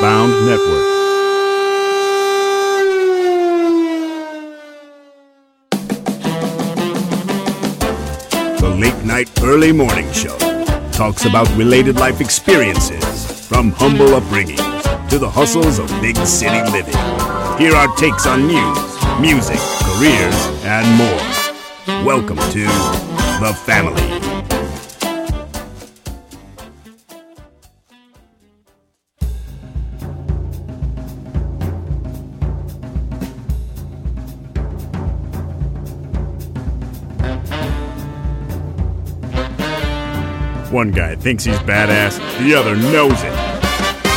Network. The Late Night Early Morning Show talks about related life experiences from humble upbringings to the hustles of big city living. Here are takes on news, music, careers, and more. Welcome to The Family. One guy thinks he's badass, the other knows it.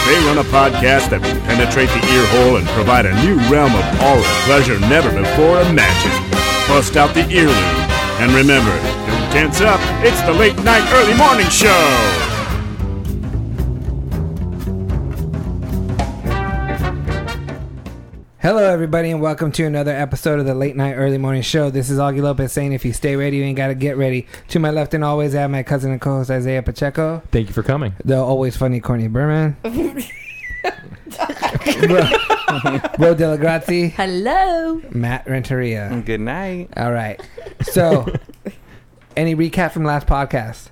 They run a podcast that will penetrate the ear hole and provide a new realm of awe and pleasure never before imagined. Bust out the earlobe. And remember, don't tense up, it's the late night, early morning show! Hello, everybody, and welcome to another episode of the Late Night Early Morning Show. This is Augie Lopez saying, if you stay ready, you ain't got to get ready. To my left and always, I have my cousin and co host Isaiah Pacheco, Thank you for coming. the always funny Corny Berman, Bro, Bro De La Grazie, Hello. Matt Renteria. Good night. All right. So, any recap from last podcast?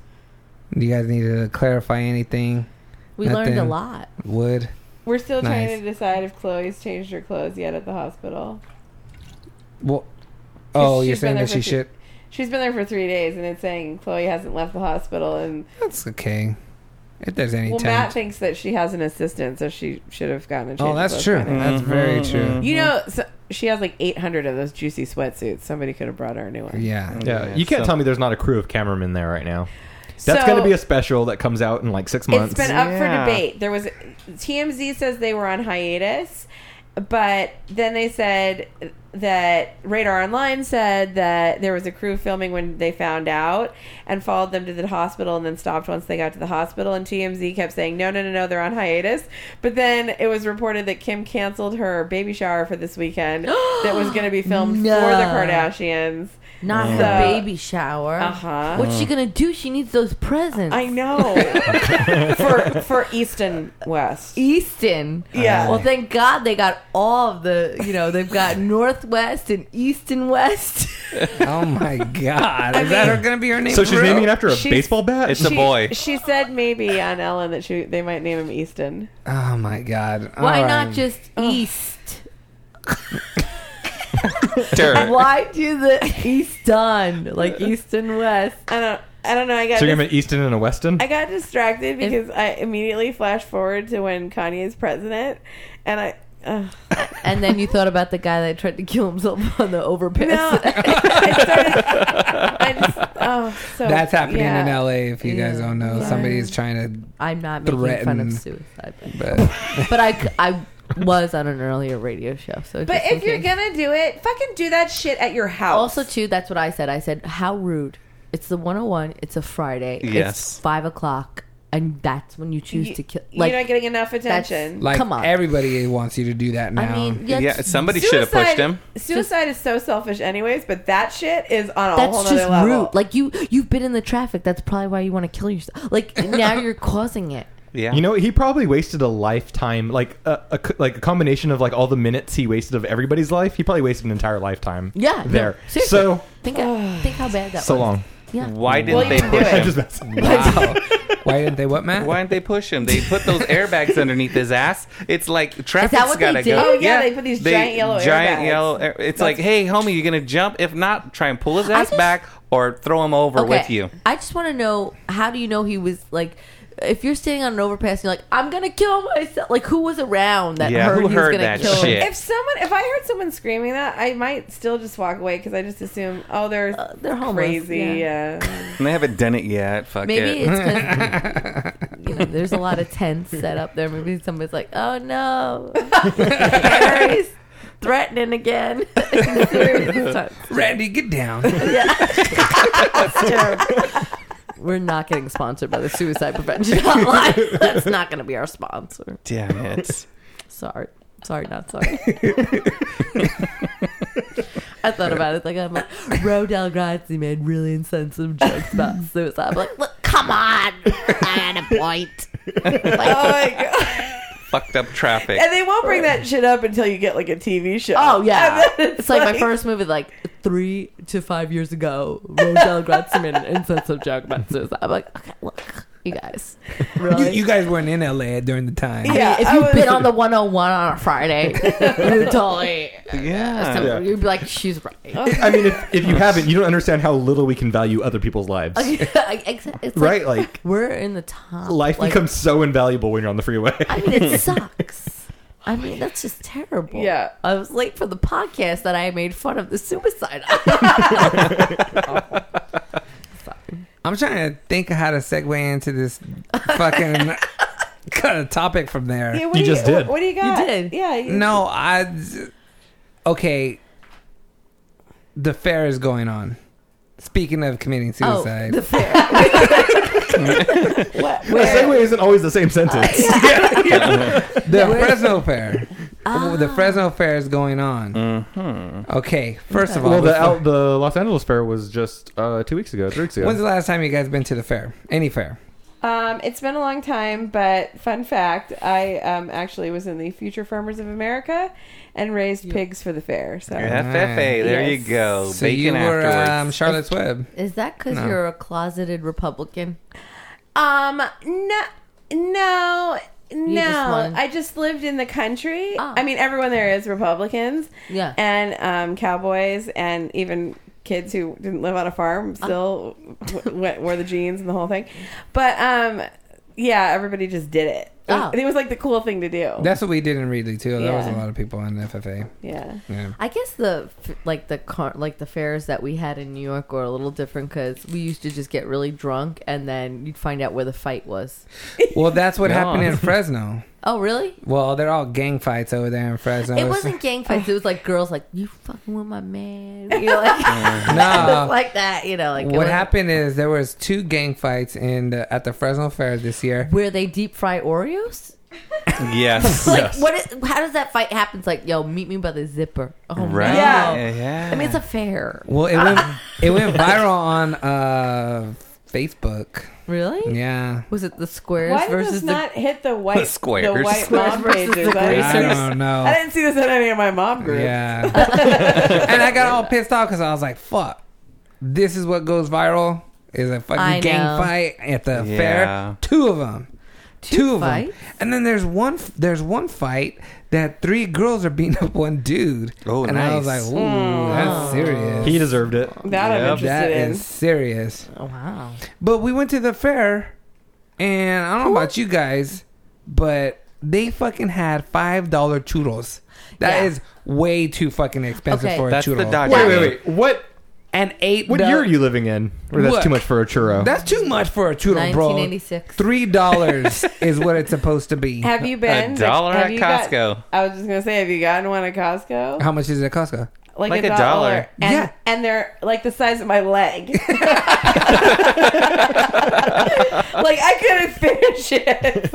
Do you guys need to clarify anything? We learned a Nothing. lot. Would We're still Nice. trying to decide if Chloe's changed her clothes yet at the hospital. well, oh, She's you're been saying there that for she two- should. She's been there for three days, and it's saying Chloe hasn't left the hospital. And That's okay. If there's any well, time. Matt thinks that she has an assistant, so she should have gotten a change. Oh, of that's clothes true. Mm-hmm. by now. That's very true. Mm-hmm. You know, so, she has like 800 of those juicy sweatsuits. Somebody could have brought her a new one. Yeah. Yeah, Yeah, you can't so- tell me there's not a crew of cameramen there right now. That's going to be a special that comes out in like six months. It's been up for Yeah. debate. There was TMZ says they were on hiatus, but then they said that Radar Online said that there was a crew filming when they found out and followed them to the hospital and then stopped once they got to the hospital. And TMZ kept saying, no, no, no, no, they're on hiatus. But then it was reported that Kim canceled her baby shower for this weekend that was going to be filmed No. Uh, for the Kardashians. Not Yeah. her So- baby shower. Uh-huh. What's she gonna do? She needs those presents. I know. for, for East and West. Easton. Yeah. Well, thank God they got all of the. You know, they've got Northwest and East and West. Mm-hmm. Oh my God! Is that her gonna be her name? so she's naming it after a She's- baseball bat. It's a boy. She said maybe on Ellen that she they might name him Easton. Oh my God! Why All not right. just East? Terror. Why do the East done like East and West? I don't. I don't know. I got. So you're dis- going to Easton and a Weston. I got distracted because I immediately flashed forward to when Kanye's president, and I. Uh, And then you thought about the guy that tried to kill himself on the overpass. no, I started. I just, oh, so That's happening yeah. in LA. If you guys Yeah. don't know, Yeah. somebody's trying I'm not making fun Threatened. of suicide. but- to. But but I, I was on an earlier radio show. So, But just in if you're case. gonna do it, fucking do that shit at your house. also too, that's what I said. I said, "How rude!" It's the 101. It's a Friday. Yes. it's five o'clock, and that's when you choose you, to kill. you're Like, not getting enough that's- attention. like Come on. everybody wants you to do that now. I mean, yeah, Yeah, it's- somebody should have pushed him. Suicide is so selfish, anyways. But that shit is on a whole That's other just level. rude. Like you, you've been in the traffic. That's probably why you want to kill yourself. Like now you're causing it. Yeah. You know, he probably wasted a lifetime, like a, a co- like a combination of like all the minutes he wasted of everybody's life. He probably wasted an entire lifetime. Yeah, no, there. seriously. so Think, think how bad that so was. long. Yeah, why didn't Well, they you can do push it. I'm him? just messing. wow. Why didn't they? What Matt? Why didn't they push him? They put those airbags underneath his ass. It's like traffic's what they gotta do? go. Oh, yeah, they put these giant yellow giant airbags. yellow air- It's like, hey, homie, you're gonna jump. If not, try and pull his ass just- back or throw him over with you. I just want to know how do you know he was like. If you're sitting on an overpass, and you're like, "I'm gonna kill myself." Like, who was around that Yeah, heard who he was heard gonna that kill him? shit? If someone, if I heard someone screaming that, I might still just walk away because I just assume, oh, they're Uh, they're homeless, crazy. Yeah. And they haven't done it yet. Fuck Maybe it. it's because you know, there's a lot of tents set up there. Maybe somebody's like, "Oh no, Harry's threatening again." Serious times. Randy, get down. We're not getting sponsored by the Suicide Prevention Hotline. That's not going to be our sponsor. Damn it. Sorry, sorry, not sorry. I thought about it like I'm like Rodel Grazi made really insensitive jokes about suicide. I'm like, look, come on, I had a point. Oh my god. fucked up traffic. And they won't bring that shit up until you get like a TV show. Oh yeah, And then it's, like, my first movie, like three to five years ago. Roselle Gretzman and said some joke about suicide. I'm like, okay, look, you guys, really. You, you guys weren't in LA during the time. I mean, Yeah, if I you've was- been on the 101 on a Friday, you totally, yeah. Yeah. you'd be like, she's right. Oh, I mean, if, if you haven't, you don't understand how little we can value other people's lives. it's like, Right? Like, we're in the top. life like, becomes so invaluable when you're on the freeway. I mean, it sucks. I mean, that's just terrible. Yeah. I was late for the podcast that I made fun of the suicide. Oh, I'm trying to think of how to segue into this fucking kind of topic from Yeah, there. what You do just what- did. What, do you got? did. Yeah. You, No, I. Okay. The fair is going on. Speaking of committing oh, suicide. the fair. What, The where- segue isn't always the same sentence. The Fresno Fair. Ah. The Fresno Fair is going on. Mm-hmm. Okay, first of all, Well, the before- out, the Los Angeles fair was just uh, two weeks ago, three weeks ago. when's the last time you guys been to the fair? Any fair? Um, it's been a long time, but fun fact: I um, actually was in the Future Farmers of America and raised pigs for the fair. So FFA, there Yes. you go. So Bacon you were afterwards. um, Charlotte's Web. Is that because No. you're a closeted Republican? Um, no, no, no. just wanted- I just lived in the country. Oh. I mean, everyone there is Republicans. Yeah. and um, cowboys, and even kids who didn't live on a farm Ah. still w- w- wore the jeans and the whole thing. But um, yeah, everybody just did it. It Oh. was- It was like the cool thing to do. That's what we did in Reedley too. There was a Yeah. lot of people in FFA. yeah. Yeah. I guess the f- like the car like the fairs that we had in New York were a little different because we used to just get really drunk and then you'd find out where the fight was. Well, that's what happened in Yeah. Fresno. Oh, really? Well, they're all gang fights over there in Fresno. It It's- wasn't gang fights. It was like girls like you fucking with my man, you know, like, No. like that. You know, like it Uh, what wasn't- happened is there was two gang fights in the, at the Fresno Fair this year. Where they deep fry Oreos? yes. Like Yes. what? Is, how does that fight happen? It's like, yo, meet me by the zipper. Oh Right. no. Yeah. yeah. I mean, it's a fair. Well, it went it went viral on uh, Facebook. Really? Yeah. Was it the squares Why did versus this the? not hit the white The squares. The white Squares mom versus the pages. I grays. didn't, see I this, don't know. I didn't see this in any of my mom groups. Yeah. and I got all pissed off because I was like, fuck, this is what goes viral is a fucking I gang know. fight at the Yeah. fair. Two of them. Two, of fights? them. And then there's one there's one fight that three girls are beating up one dude. Oh, and I was like, nice. ooh, Oh. that's serious. he deserved it. That I'm Yep. interested that in. is serious. oh, wow. But we went to the fair, and I don't know about you guys, but they fucking had five dollar churros. That Yeah. is way too fucking expensive Okay. for a That's the churro. Dodger. Wait, wait, wait. What And eight. what do- year are you living in? Where that's What? too much for a churro. That's too much for a churro, bro. 1986. Three dollars is what it's supposed to be. Have you been? A dollar have at you got- Costco. I was just gonna say, have you gotten one at Costco? How much is it at Costco? Like a dollar. And, Yeah. and they're like the size of my leg. like I couldn't finish it.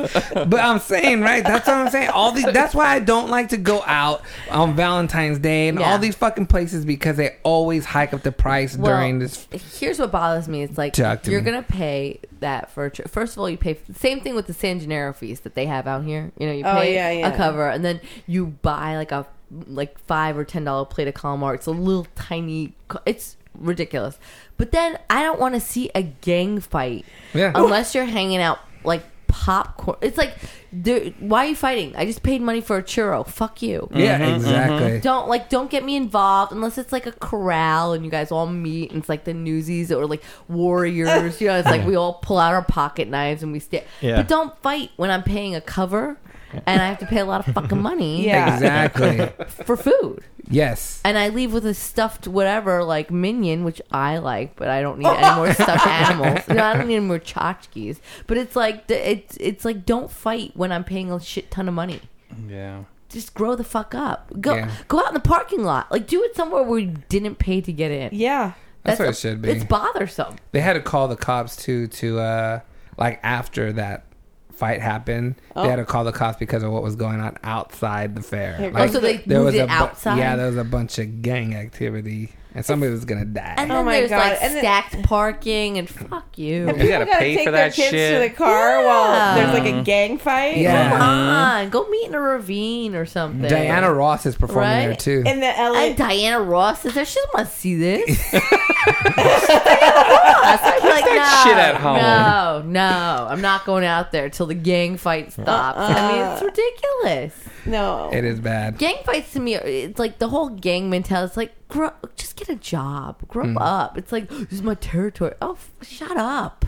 But I'm saying, right? That's what I'm saying. All these. That's why I don't like to go out on Valentine's Day and Yeah. all these fucking places because they always hike up the price Well, during this. Here's what bothers me. It's like Talk to you're me. gonna pay that for a trip. First of all, you pay same thing with the San Gennaro fees that they have out here. You know, you Oh, pay yeah, yeah. a cover, and then you buy like a like five or ten dollar plate of calamari. It's a little tiny. ca- It's ridiculous. But then I don't want to see a gang fight Yeah. unless you're hanging out like popcorn. It's like, dude, why are you fighting? I just paid money for a churro. Fuck you. Yeah, exactly. Mm-hmm, Don't like don't get me involved unless it's like a corral and you guys all meet and it's like the newsies or like warriors. You know, it's like we all pull out our pocket knives and we stay. Yeah. But don't fight when I'm paying a cover and I have to pay a lot of fucking money Yeah. Exactly. for food. yes. And I leave with a stuffed whatever like minion, which I like, but I don't need any more stuffed animals. You know, I don't need any more tchotchkes. But it's like the- it's it's like don't fight when I'm paying a shit ton of money yeah. just grow the fuck up. Go Yeah. go out in the parking lot. Like do it somewhere where you didn't pay to get in. Yeah. That's what it should be. It's bothersome. They had to call the cops too to uh like after that fight happened, Oh. they had to call the cops because of what was going on outside the fair. Here goes Oh, so they there moved was it a bu- outside? yeah, there was a bunch of gang activity, and somebody was gonna die. And Oh then my there's God. like And then- stacked parking and fuck you. You gotta gotta pay take for their that kids shit. to the car Yeah. while there's like a gang fight. Yeah. Come on, go meet in a ravine or something. Diana Ross is performing Right? there too. In the LA, And Diana Ross is there. She doesn't want to see this. Diana Ross. I'd be like, that no, shit at home." No, no. I'm not going out there till the gang fight Uh-uh. stops. I mean, it's ridiculous. no. it is bad. Gang fights to me, are- it's like the whole gang mentality. It's like, grow, just get a job, grow Mm-hmm. up. It's like this is my territory. Oh, f- shut up.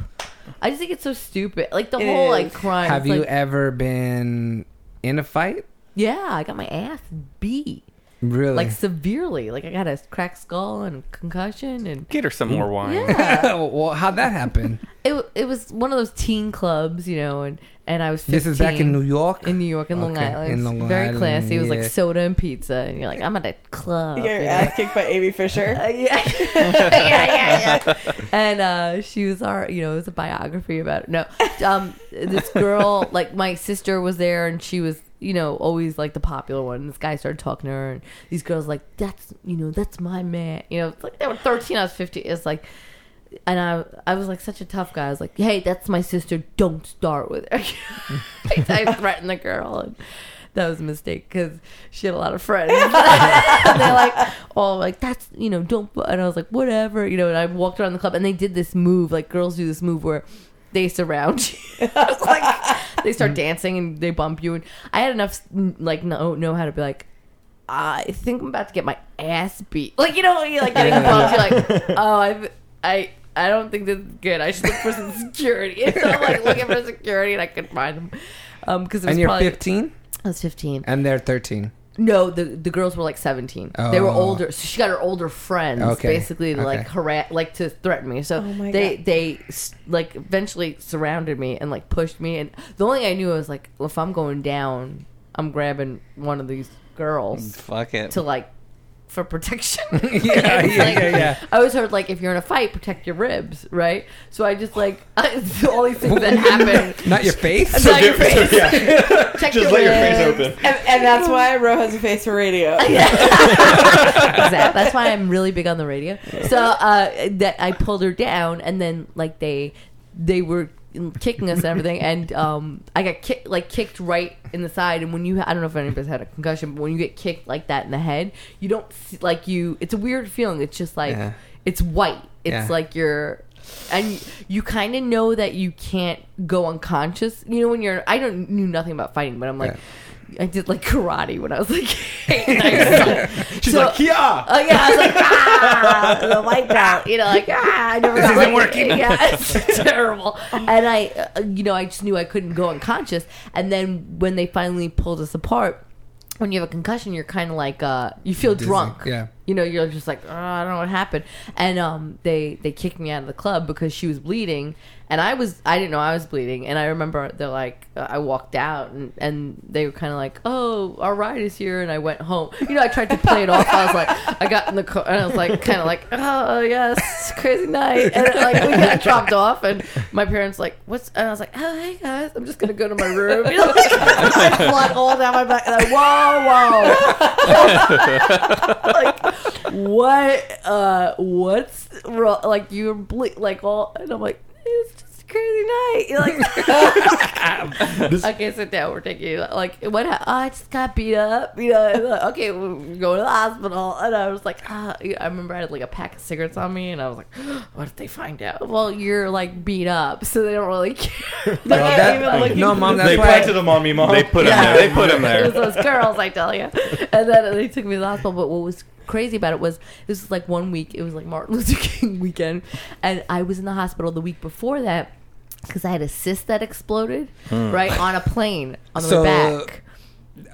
I just think it's so stupid. Like the It whole like is. crime. Have it's you like, ever been in a fight? yeah, I got my ass beat. Really? Like severely, like I got a cracked skull and concussion, and Get her some more wine. yeah, well, how'd that happen? it, w- it was one of those teen clubs, you know, and, and I was 15. This is back in New York. In New York, in Long Okay, Island. in It's Long Very Island, classy. It was like yeah. soda and pizza, and you're like, I'm at a club. Your you know? ass kicked by Amy Fisher. Uh, yeah. yeah, yeah, yeah. And uh, she was our, you know, it was a biography about no, um, this girl, like my sister was there, and she was, you know, always like the popular one. This guy started talking to her, and these girls like, that's, you know, that's my man. You know, it's like they were thirteen, I was fifteen. It's like. And I, I was like such a tough guy. I was like, "Hey, that's my sister. Don't start with her." I, I threatened the girl, and that was a mistake because she had a lot of friends. and they're like, oh, like that's you know, don't. bu-" And I was like, whatever, you know. And I walked around the club, and they did this move, like girls do this move where they surround you, It's like they start dancing and they bump you. And I had enough like know know how to be like. I think I'm about to get my ass beat. Like you know, when you're like getting bumped. You're like, oh, I, I, I don't think this is good. I should look for some security. And so I'm like looking for security, and I couldn't find them. Um, because it was and you're probably 15, I was 15. and they're 13. No, the the girls were like seventeen. They were Oh. older, so she got her older friends Okay, basically to like okay. harass, like to threaten me. So Oh my they God. they s- like eventually surrounded me and like pushed me. And the only thing I knew was like, well, if I'm going down, I'm grabbing one of these girls Fuck it. to like for protection. yeah, It's yeah, like- yeah, yeah. I always heard like if you're in a fight, protect your ribs, right? So I just like all these things that happen. Not your face. Not your face. Protect Just let your face ribs. open. And, and that's why Ro has a face for radio. exactly. That's why I'm really big on the radio. So uh, that I pulled her down, and then like they they were kicking us and everything, and um, I got kicked like kicked right in the side. And when you I don't know if anybody's had a concussion, but when you get kicked like that in the head, you don't see, like you. It's a weird feeling. It's just like Yeah. it's white. It's Yeah. like you're. And you kind of know that you can't go unconscious. You know when you're. I don't knew nothing about fighting, but I'm like, I did like karate when I was like eight. And I sucked. She's So- like, yeah. Oh yeah, I was like, ah, the wipeout. You know, like ah, I never. This isn't working. Yeah, it's terrible. And I, uh, you know, I just knew I couldn't go unconscious. And then when they finally pulled us apart, when you have a concussion, you're kind of like, uh, you feel drunk. yeah. You know, you're just like, oh, I don't know what happened. And um, they they kicked me out of the club because she was bleeding, and I was I didn't know I was bleeding. And I remember they're like, uh, I walked out, and and they were kind of like, oh, our ride is here, and I went home. You know, I tried to play it off. I was like, I got in the car, and I was like, kind of like, oh yes, crazy night, and like we got dropped off, and my parents like, what's? And I was like, oh hey guys, I'm just gonna go to my room. You know, like, I flood all down my back, and I whoa whoa what uh what's wrong like you're ble- like all and i'm like it's just a crazy night you're like okay sit down we're taking you like what ha- oh, i just got beat up you know and, like, okay we're going to the hospital and i was like ah. i remember i had like a pack of cigarettes on me and i was like what if they find out well you're like beat up so they don't really care They're not that- even looking no, mom, that's they why. planted them on me, mom. They put him Yeah. there. They put him it was there. those girls, I tell you. And then they took me to the hospital. But what was crazy about it was this was like one week. It was like Martin Luther King weekend, and I was in the hospital the week before that because I had a cyst that exploded right on a plane on the Hmm. So, way back.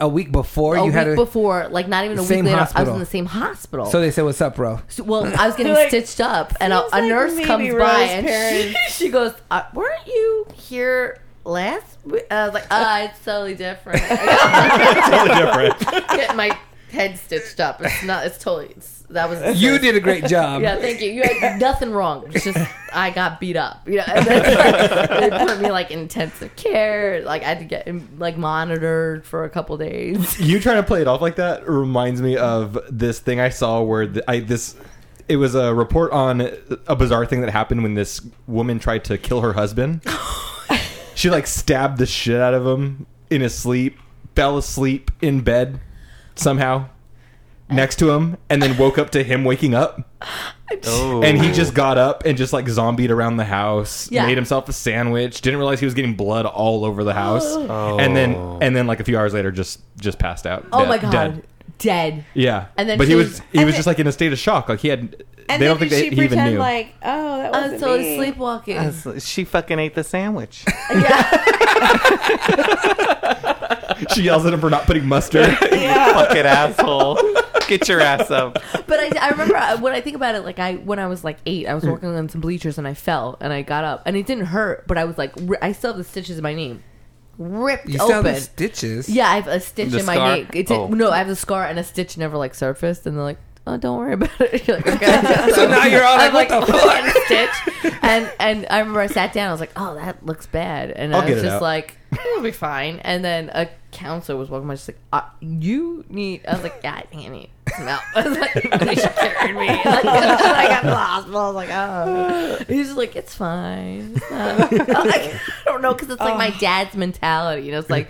a week before A you week had a. before, like not even a week Same later, I hospital. was in the same hospital. So they said, "What's up, bro?" So- well, I was getting Like, stitched up, and a, seems a like nurse maybe comes Rose by and she, parents- she goes, uh, "Weren't you here "Uh, last?" Week? I was like, "Ah, it's totally different." totally different. get my head stitched up. It's not. It's totally. It's, that was You did a great job. Yeah, thank you. You had nothing wrong. It's just I got beat up. You know, and that's like, they put me like in intensive care. Like I had to get um, like monitored for a couple days. you trying to play it off like that reminds me of this thing I saw where th- I this it was a report on a bizarre thing that happened when this woman tried to kill her husband. she like stabbed the shit out of him in his sleep, fell asleep in bed somehow next to him and then woke up to him waking up Oh. and he just got up and just like zombied around the house Yeah. made himself a sandwich didn't realize he was getting blood all over the house and then and then like a few hours later just just passed out Oh Dead- my god, dead. dead. Yeah, And then but he she- was he and was then- just like in a state of shock. Like he had, And they then don't think did they, she he even pretend knew. like, oh, that I was wasn't totally me. sleepwalking. She fucking ate the sandwich. she yells at him for not putting mustard. Fucking asshole. Get your ass up. But I, I remember I- when I think about it, like I when I was like eight, Mm. I was working on some bleachers and I fell and I got up and it didn't hurt, but I was like, ri- I still have the stitches in my knee, ripped You still have open. the stitches. Yeah, I have a stitch The in scar? my knee. It did, Oh. No, I have the scar and a stitch never like surfaced, and they're like, "Oh, don't worry about it." You're like, okay. So now you're all like, what the fuck? a stitch, and and I remember I sat down. I was like, "Oh, that looks bad," and I'll I get was it just out. like, "It'll be fine." And then a counselor was walking by, just like, uh, "You need." I was like, "Yeah, I think I need." some help." I was like, they should carry me. Like, I got to the hospital. I was like, oh. He's just like, it's fine. It's not- I'm like, I don't know, because it's like Oh. my dad's mentality. You know, it's like,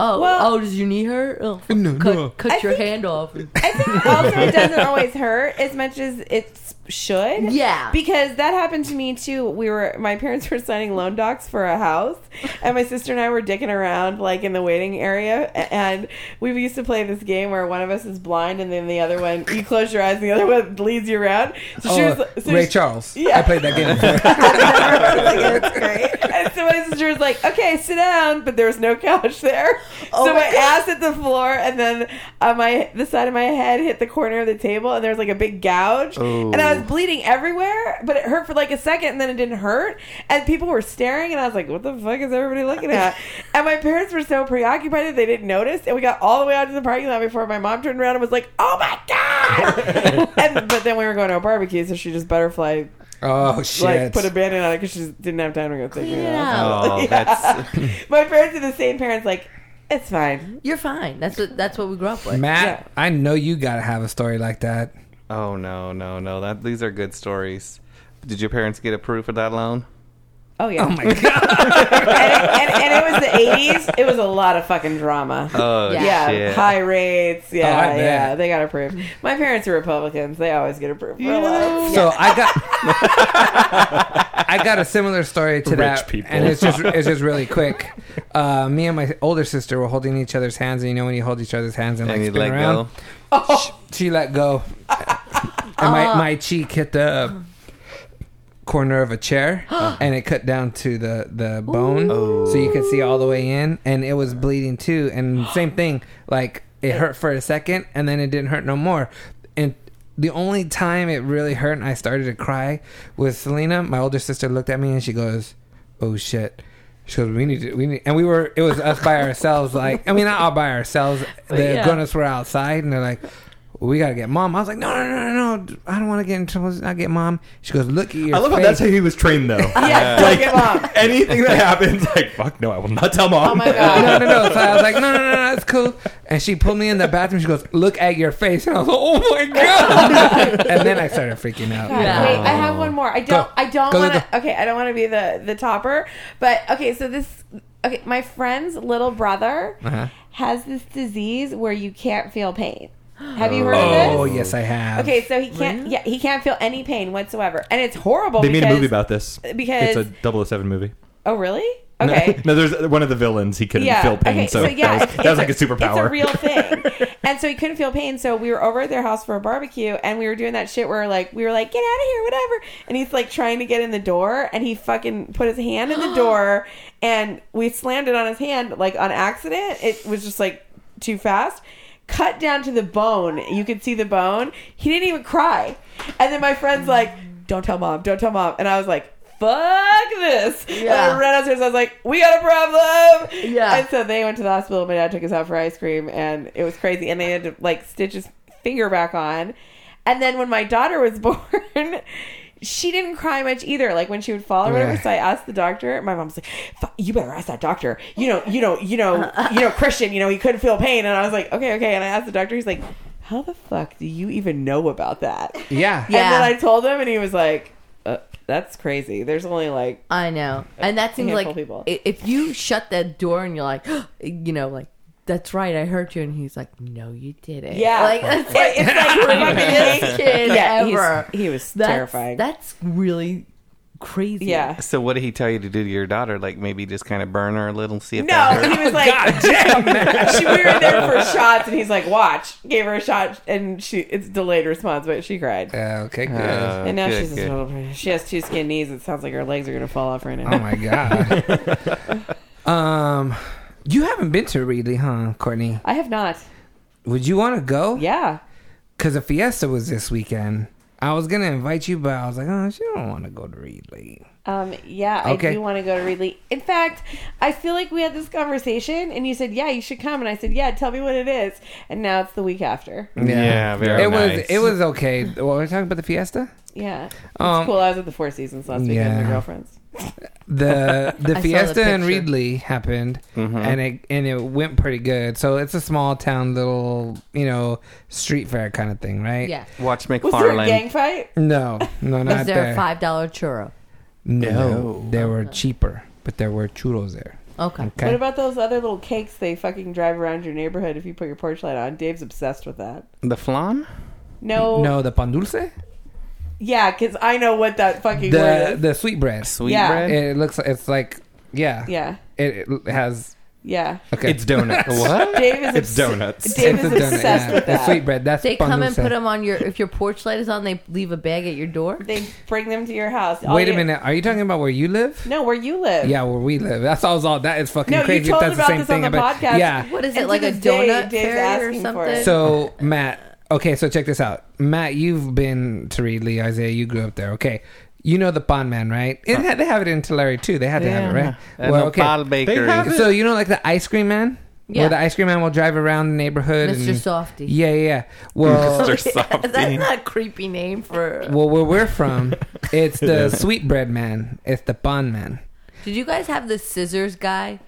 oh, Well- oh, does your knee hurt? Oh, f- No, cut, no. cut I your think- hand off. And- I think also it doesn't always hurt as much as it s- should. Yeah. Because that happened to me too. We were my parents were signing loan docs for a house and my sister and I were dicking around like in the waiting area a- and we used to play this game where one of us is blind and then the other one you close your eyes and the other one leads you around. So she was Oh, so Ray she- Charles. Yeah. I played that game before. That's great. And so my sister was like, "Okay, sit down," but there was no couch there. so Oh my, ass hit the floor, and then uh, my the side of my head hit the corner of the table, and there was like a big gouge, and I was bleeding everywhere. But it hurt for like a second, and then it didn't hurt. And people were staring, and I was like, "What the fuck is everybody looking at?" and my parents were so preoccupied that they didn't notice. And we got all the way out to the parking lot before my mom turned around and was like, "Oh my god!" and, but then we were going to a barbecue, so she just butterfly Oh like shit! put a bandit on it because she just didn't have time to go take Clean it it out. out. Oh, that's My parents are the same parents. Like, it's Oh. fine. You're fine. That's what that's what we grew up with. Matt, I know you gotta have a story like that. Oh no, no, no. That these are good stories. Did your parents get approved for that loan? Oh yeah. Oh my god! and, it, and, and it was the eighties. It was a lot of fucking drama. Oh Yeah. yeah, shit. high rates. Oh, I Yeah, bet. yeah, they got approved. My parents are Republicans. They always get approved. For a lot. So I got, I got a similar story to that, people. and it's just it's just really quick. Uh, me and my older sister were holding each other's hands, and you know when you hold each other's hands and, And you like spin let around, go. she let go, and my, my cheek hit the corner of a chair, and it cut down to the the bone, so you could see all the way in, and it was bleeding too. And same thing, like it hurt for a second, and then it didn't hurt no more. And the only time it really hurt, and I started to cry, was Selena. My older sister looked at me and she goes, "Oh shit." She goes, we need to, we need, and we were, it was us by ourselves, like, I mean, not all by ourselves. The Yeah. grown us were outside and they're like, we gotta get mom. I was like, no, no, no, no, no. I don't want to get in trouble. I get mom. She goes, look at your I love how face. that's how he was trained though. Yeah, don't give up. Anything that happens, like fuck no, I will not tell mom. Oh my god. no, no, no. So I was like, no, no, no, no, it's cool. And she pulled me in the bathroom. She goes, look at your face. And I was like, oh my god. and then I started freaking out. God, Yeah. Wait, I have one more. I don't. Go. I don't Go, go, want to. Okay, I don't want to be the the topper. But okay, so this. Okay, my friend's little brother Uh-huh. has this disease where you can't feel pain. Have you heard Oh of this? yes, I have. Okay, so he can't. Yeah, he can't feel any pain whatsoever, and it's horrible. They made because, a movie about this. because- it's a 007 movie. Oh, really? Okay. no, there's one of the villains. He couldn't Yeah. feel pain, okay. so, that was, it's- that was like a it's It's superpower. a real thing. and so he couldn't feel pain. So we were over at their house for a barbecue, and we were doing that shit where like we were like, "Get out of here, whatever." And he's like trying to get in the door, and he fucking put his hand in the door, and we slammed it on his hand like on accident. It was just like too fast. Cut down to the bone. You could see the bone. He didn't even cry. And then my friend's like, "Don't tell mom. Don't tell mom." And I was like. fuck this. And Yeah. I ran downstairs. I was like, we got a problem. Yeah. And so they went to the hospital. My dad took us out for ice cream, and it was crazy. And they had to like stitch his finger back on. And then when my daughter was born. She didn't cry much either. Like when she would fall or whatever. Yeah. So I asked the doctor. My mom's like, "Fu- "You better ask that doctor. You know, you know, you know, you know, Christian. You know, he couldn't feel pain." And I was like, "Okay, okay." And I asked the doctor. He's like, "How the fuck do you even know about that?" Yeah. Yeah. And then I told him, and he was like, uh, "That's crazy. There's only like I know, and that seems handful like of people. i- if you shut that door and you're like, you know, like that's right, I hurt you, and he's like, no, you didn't. Yeah. like that's like it's like fucking greatest kid yeah." he's- ever. He was That's, terrifying. That's really crazy. yeah. So what did he tell you to do to your daughter? Like maybe just kind of burn her a little, see if No, that hurt? he was like, she, we were in there for shots, and he's like, "Watch." Gave her a shot, and she it's delayed response, but she cried. Yeah, okay, good. Uh, and now good, she's good. a little, she has two skin knees. It sounds like her legs are gonna fall off right now. oh my god. um, you haven't been to Reedley, huh, Courtney? I have not. Would you want to go? Yeah. Because the fiesta was this weekend. I was gonna invite you, but I was like, oh, she don't want to go to Reedley. Um, yeah, Okay. I do want to go to Reedley. In fact, I feel like we had this conversation, and you said, "Yeah, you should come," and I said, "Yeah, tell me what it is." And now it's the week after. Yeah, very it was nice. it was okay. Well, we're talking about the fiesta. Yeah, it's Um, cool. I was at the Four Seasons last weekend with Yeah. my girlfriends. the the the fiesta in picture. Reedley happened, Mm-hmm. and it and it went pretty good. So it's a small town, little you know, street fair kind of thing, right? yeah. Watch Was there a gang McFarlane. fight? No, no, not Is there, there. a five dollar churro? No, they were cheaper, but there were churros there. Okay. Okay. What about those other little cakes they fucking drive around your neighborhood if you put your porch light on? Dave's obsessed with that. The flan? No, no, the pan dulce, yeah, because I know what that fucking word the is. the sweet bread. Sweet Yeah. bread? It looks like it's like yeah, yeah, It, it has yeah. okay. It's donuts. what? Dave is It's obs- donuts. Dave is a donut, obsessed yeah. with The that. sweet bread. That's They pan come and dulce. put them on your if your porch light is on. They leave a bag at your door. They bring them to your house. All Wait a you- minute. Are you talking about where you live? No, where you live. Yeah, where we live. That's all. all that is fucking No, you crazy. told if that's about the same this thing. on the I bet- podcast. Yeah. What is And it to like a this day, donut Dave's fairy or asking for something? it. So Matt, okay, so check this out. Matt, you've been to Reedley, Isaiah. You grew up there. Okay, you know the Bond Man, right? It had, they have it in Tulare too. They had to have it, right? And Well, a okay. Paul Bakery. have it. So you know, like the ice cream man. Yeah. Where the ice cream man will drive around the neighborhood. Mr. and- Softy. Yeah, yeah, yeah. Well, Mr. Softy. That's not a creepy name for. well, where we're from, it's the sweetbread man. It's the Bond man. Did you guys have the scissors guy?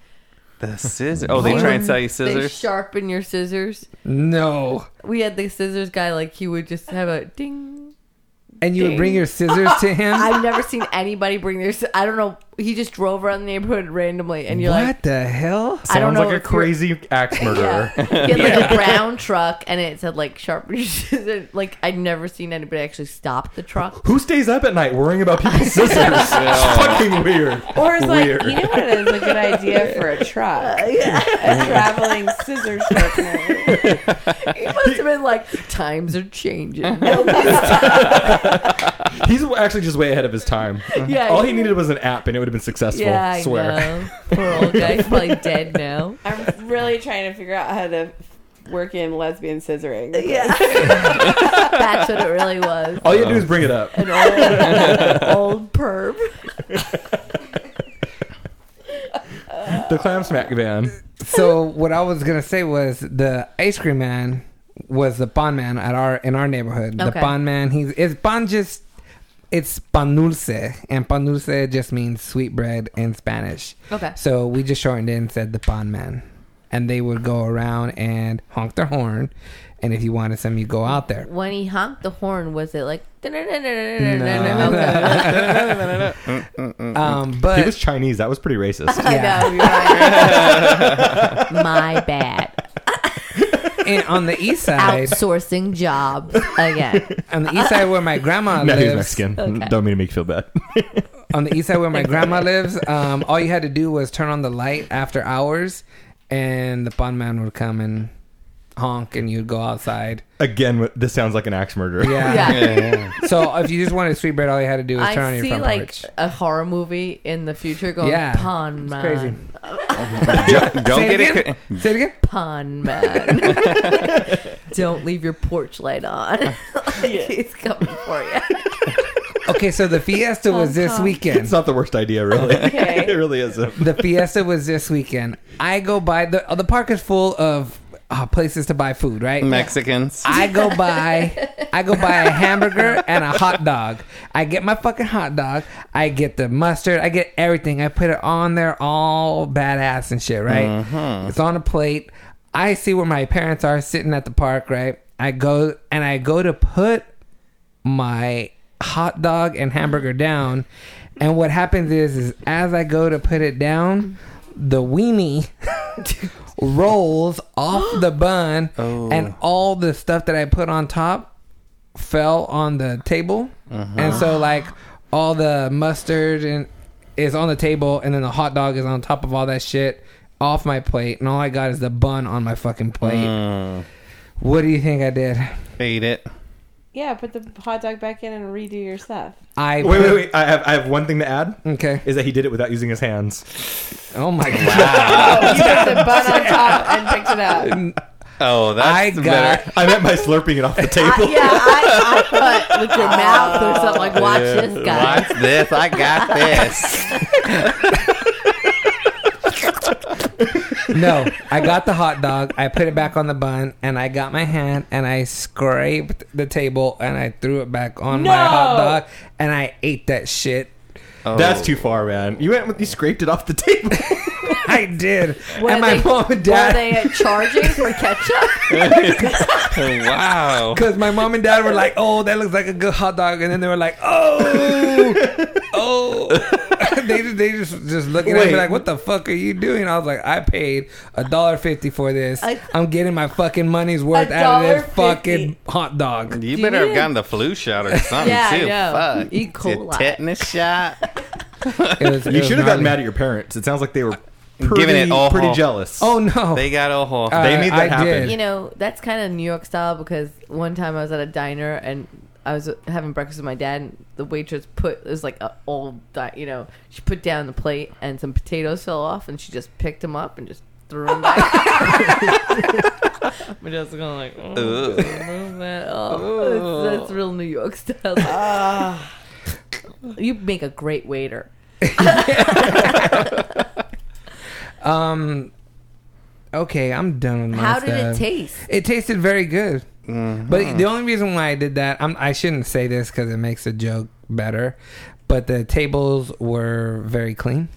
The scissors. Oh, they try and sell you They scissors? sharpen your scissors. No. We had the scissors guy, like he would just have a ding. And you would bring your scissors to him. I've never seen anybody bring their. sci- I don't know. He just drove around the neighborhood randomly, and you're what like, the hell? I Sounds don't know like a if you're- crazy axe murderer. yeah. He had like a brown truck, and it said like sharpen your scissors. Like I'd never seen anybody actually stop the truck. Who stays up at night worrying about people's scissors? it's fucking weird. Or it's like, Weird. you know what is a good idea for a truck? A traveling scissors truck. He must have been like, times are changing. He's actually just way ahead of his time. Yeah, All he yeah. needed was an app, and it would have been successful. yeah, I swear. know. Poor old guy. He's probably dead now. I'm really trying to figure out how to work in lesbian scissoring. Yeah, that's what it really was. All you had to do is bring it up. An old, old perv. The clam smack van. so what I was gonna say was the ice cream man was the bond man at our in our neighborhood. The Okay. bond man, he's it's bond just it's pan dulce, and pan dulce just means sweet bread in Spanish. Okay. So we just shortened it and said the bond man, and they would go around and honk their horn, and if you wanted some, you go out there. when he honked the horn, was it like? No. Um, but He was Chinese. That was pretty racist. I Yeah. know, you're right. My bad. in- on the east side, Outsourcing jobs again. on the east side where my grandma Now he's lives, Mexican. Don't mean to make you feel bad. on the east side where my grandma lives, um, all you had to do was turn on the light after hours, and the bond man would come and honk, and you'd go outside. Again, wh- this sounds like an axe murderer. Yeah. Yeah. So if you just wanted sweet bread, all you had to do was turn on I your see front like porch. a horror movie in the future going Yeah. pun It's man, crazy. don't don't Say get it it. again. Say it again. pun man. Don't leave your porch light on. Like, He's coming for you. Okay, so the fiesta was this It's weekend. not the worst idea, really. Okay. it really isn't. The fiesta was this weekend. I go by the oh, the park is full of uh, places to buy food, right? Mexicans. I go buy I go buy a hamburger and a hot dog. I get my fucking hot dog. I get the mustard. I get everything. I put it on there all badass and shit, right? It's on a plate. I see where my parents are sitting at the park, right? I go and I go to put my hot dog and hamburger down. And what happens is is as I go to put it down, the weenie rolls off the bun and all the stuff that I put on top fell on the table. And so like all the mustard and is on the table and then the hot dog is on top of all that shit off my plate and all I got is the bun on my fucking plate. What do you think I did? Ate it. Yeah, put the hot dog back in and redo your stuff. I Wait, wait, wait. I have, I have one thing to add. Okay. Is that he did it without using his hands? Oh my god. Oh, you put the bun on top and picked it up. Oh, that's I better. got I meant by slurping it off the I, table. yeah, I, I put with your mouth or something like, watch this guy. Watch this. I got this. no. I got the hot dog. I put it back on the bun, and I got my hand and I scraped the table and I threw it back on my hot No. dog and I ate that shit. That's too far, man. You went with, you scraped Oh. it off the table. I did. Were and my they- mom and Were dad. they uh, charging for ketchup? wow. Because my mom and dad were like, "Oh, that looks like a good hot dog," and then they were like, "Oh, oh." they just, they just just looking at Wait. me like, "What the fuck are you doing?" I was like, "I paid a dollar fifty for this. I- I'm getting my fucking money's worth out of this $1.50. fucking hot dog." You Do better you have gotten the flu shot or something Yeah, I too. know. Fuck. E. The coli. Tetanus shot. It was, you should have gotten mad at your parents. It sounds like they were pretty, Giving it all. pretty jealous. Oh no! They got a whole. Uh, they made that happen. did. you know, that's kind of New York style because one time I was at a diner and I was having breakfast with my dad and the waitress put, it was like an old, di- you know, she put down the plate and some potatoes fell off and she just picked them up and just threw them back. My dad's going like, oh, Ugh. move that up. Oh, That's, that's real New York style. you make a great waiter. Um. Okay, I'm done with my How did it stuff. taste? It tasted very good. Mm-hmm. But the only reason why I did that, I'm, I shouldn't say this because it makes the joke better. But the tables were very clean.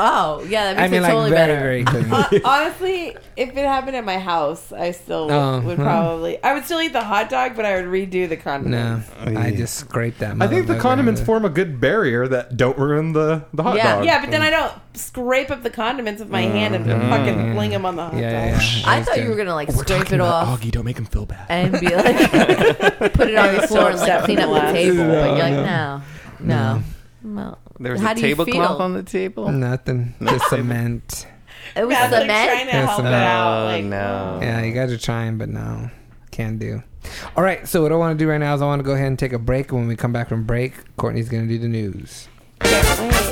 Oh, yeah, that makes I mean, it like totally very, better. very clean. Uh, honestly, if it happened at my house, I still Oh, would huh. probably. I would still eat the hot dog, but I would redo the no, condiments. I just scraped that. I think the motherfucker. condiments form a good barrier that don't ruin the, the hot Yeah. dog. Yeah, but then I don't scrape up the condiments with my hand and fucking fling them on the hot Uh-huh. Yeah, dog. yeah, yeah. I thought you were gonna like scrape it off Augie, don't make him feel bad. and be like, put it on the floor and like clean up the table. But you're like, no, no. Well, There was How a do you tablecloth feel? on the table. uh, nothing. Just cement. it was I was like trying cement. to Yes, help it no. out. Oh, Like, uh, no. Yeah, you guys are trying, but no, can't do. All right, so what I want to do right now is I want to go ahead and take a break. When we come back from break, Courtney's going to do the news. can't wait.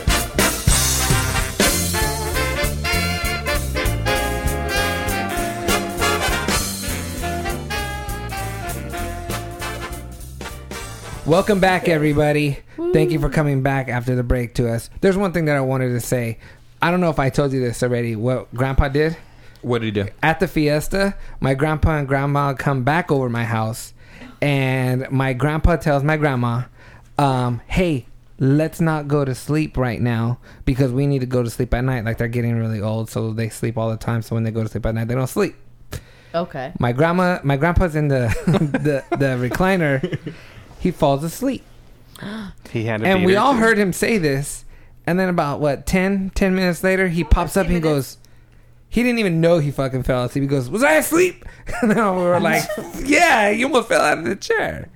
Welcome back, everybody. Thank you for coming back after the break to us. There's one thing that I wanted to say. I don't know if I told you this already. What Grandpa did What did he do? at the fiesta, my grandpa and grandma come back over to my house, and my grandpa tells my grandma, um, "Hey, let's not go to sleep right now because we need to go to sleep at night. Like they're getting really old, so they sleep all the time. So when they go to sleep at night, they don't sleep." Okay. My grandma, my grandpa's in the the, the recliner. He falls asleep He had a and beater, we all too. heard him say this and then about what 10 10 minutes later he pops up and he goes he didn't even know he fucking fell asleep he goes was i asleep and then we were like yeah you almost fell out of the chair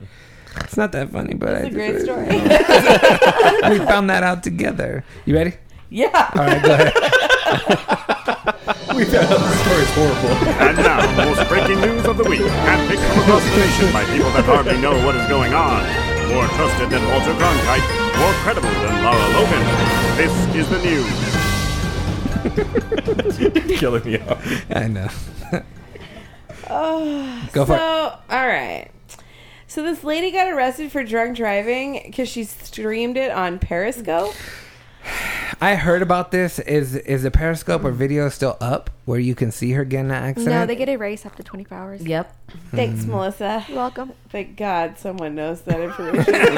it's not that funny but It's I a great just- story. we found that out together you ready yeah. all right go ahead We found out the story's horrible. And now, the most breaking news of the week. Handpicked from across the nation by people that hardly know what is going on. More trusted than Walter Cronkite. More credible than Laura Logan. This is the news. Killing me off. i know go for Oh, so, all right. So this lady got arrested for drunk driving because she streamed it on Periscope. I heard about this. Is is the Periscope or video still up where you can see her getting an accident? No, they get a race after 24 hours. Yep. Thanks, Melissa. You're welcome. Thank God someone knows that information. I'm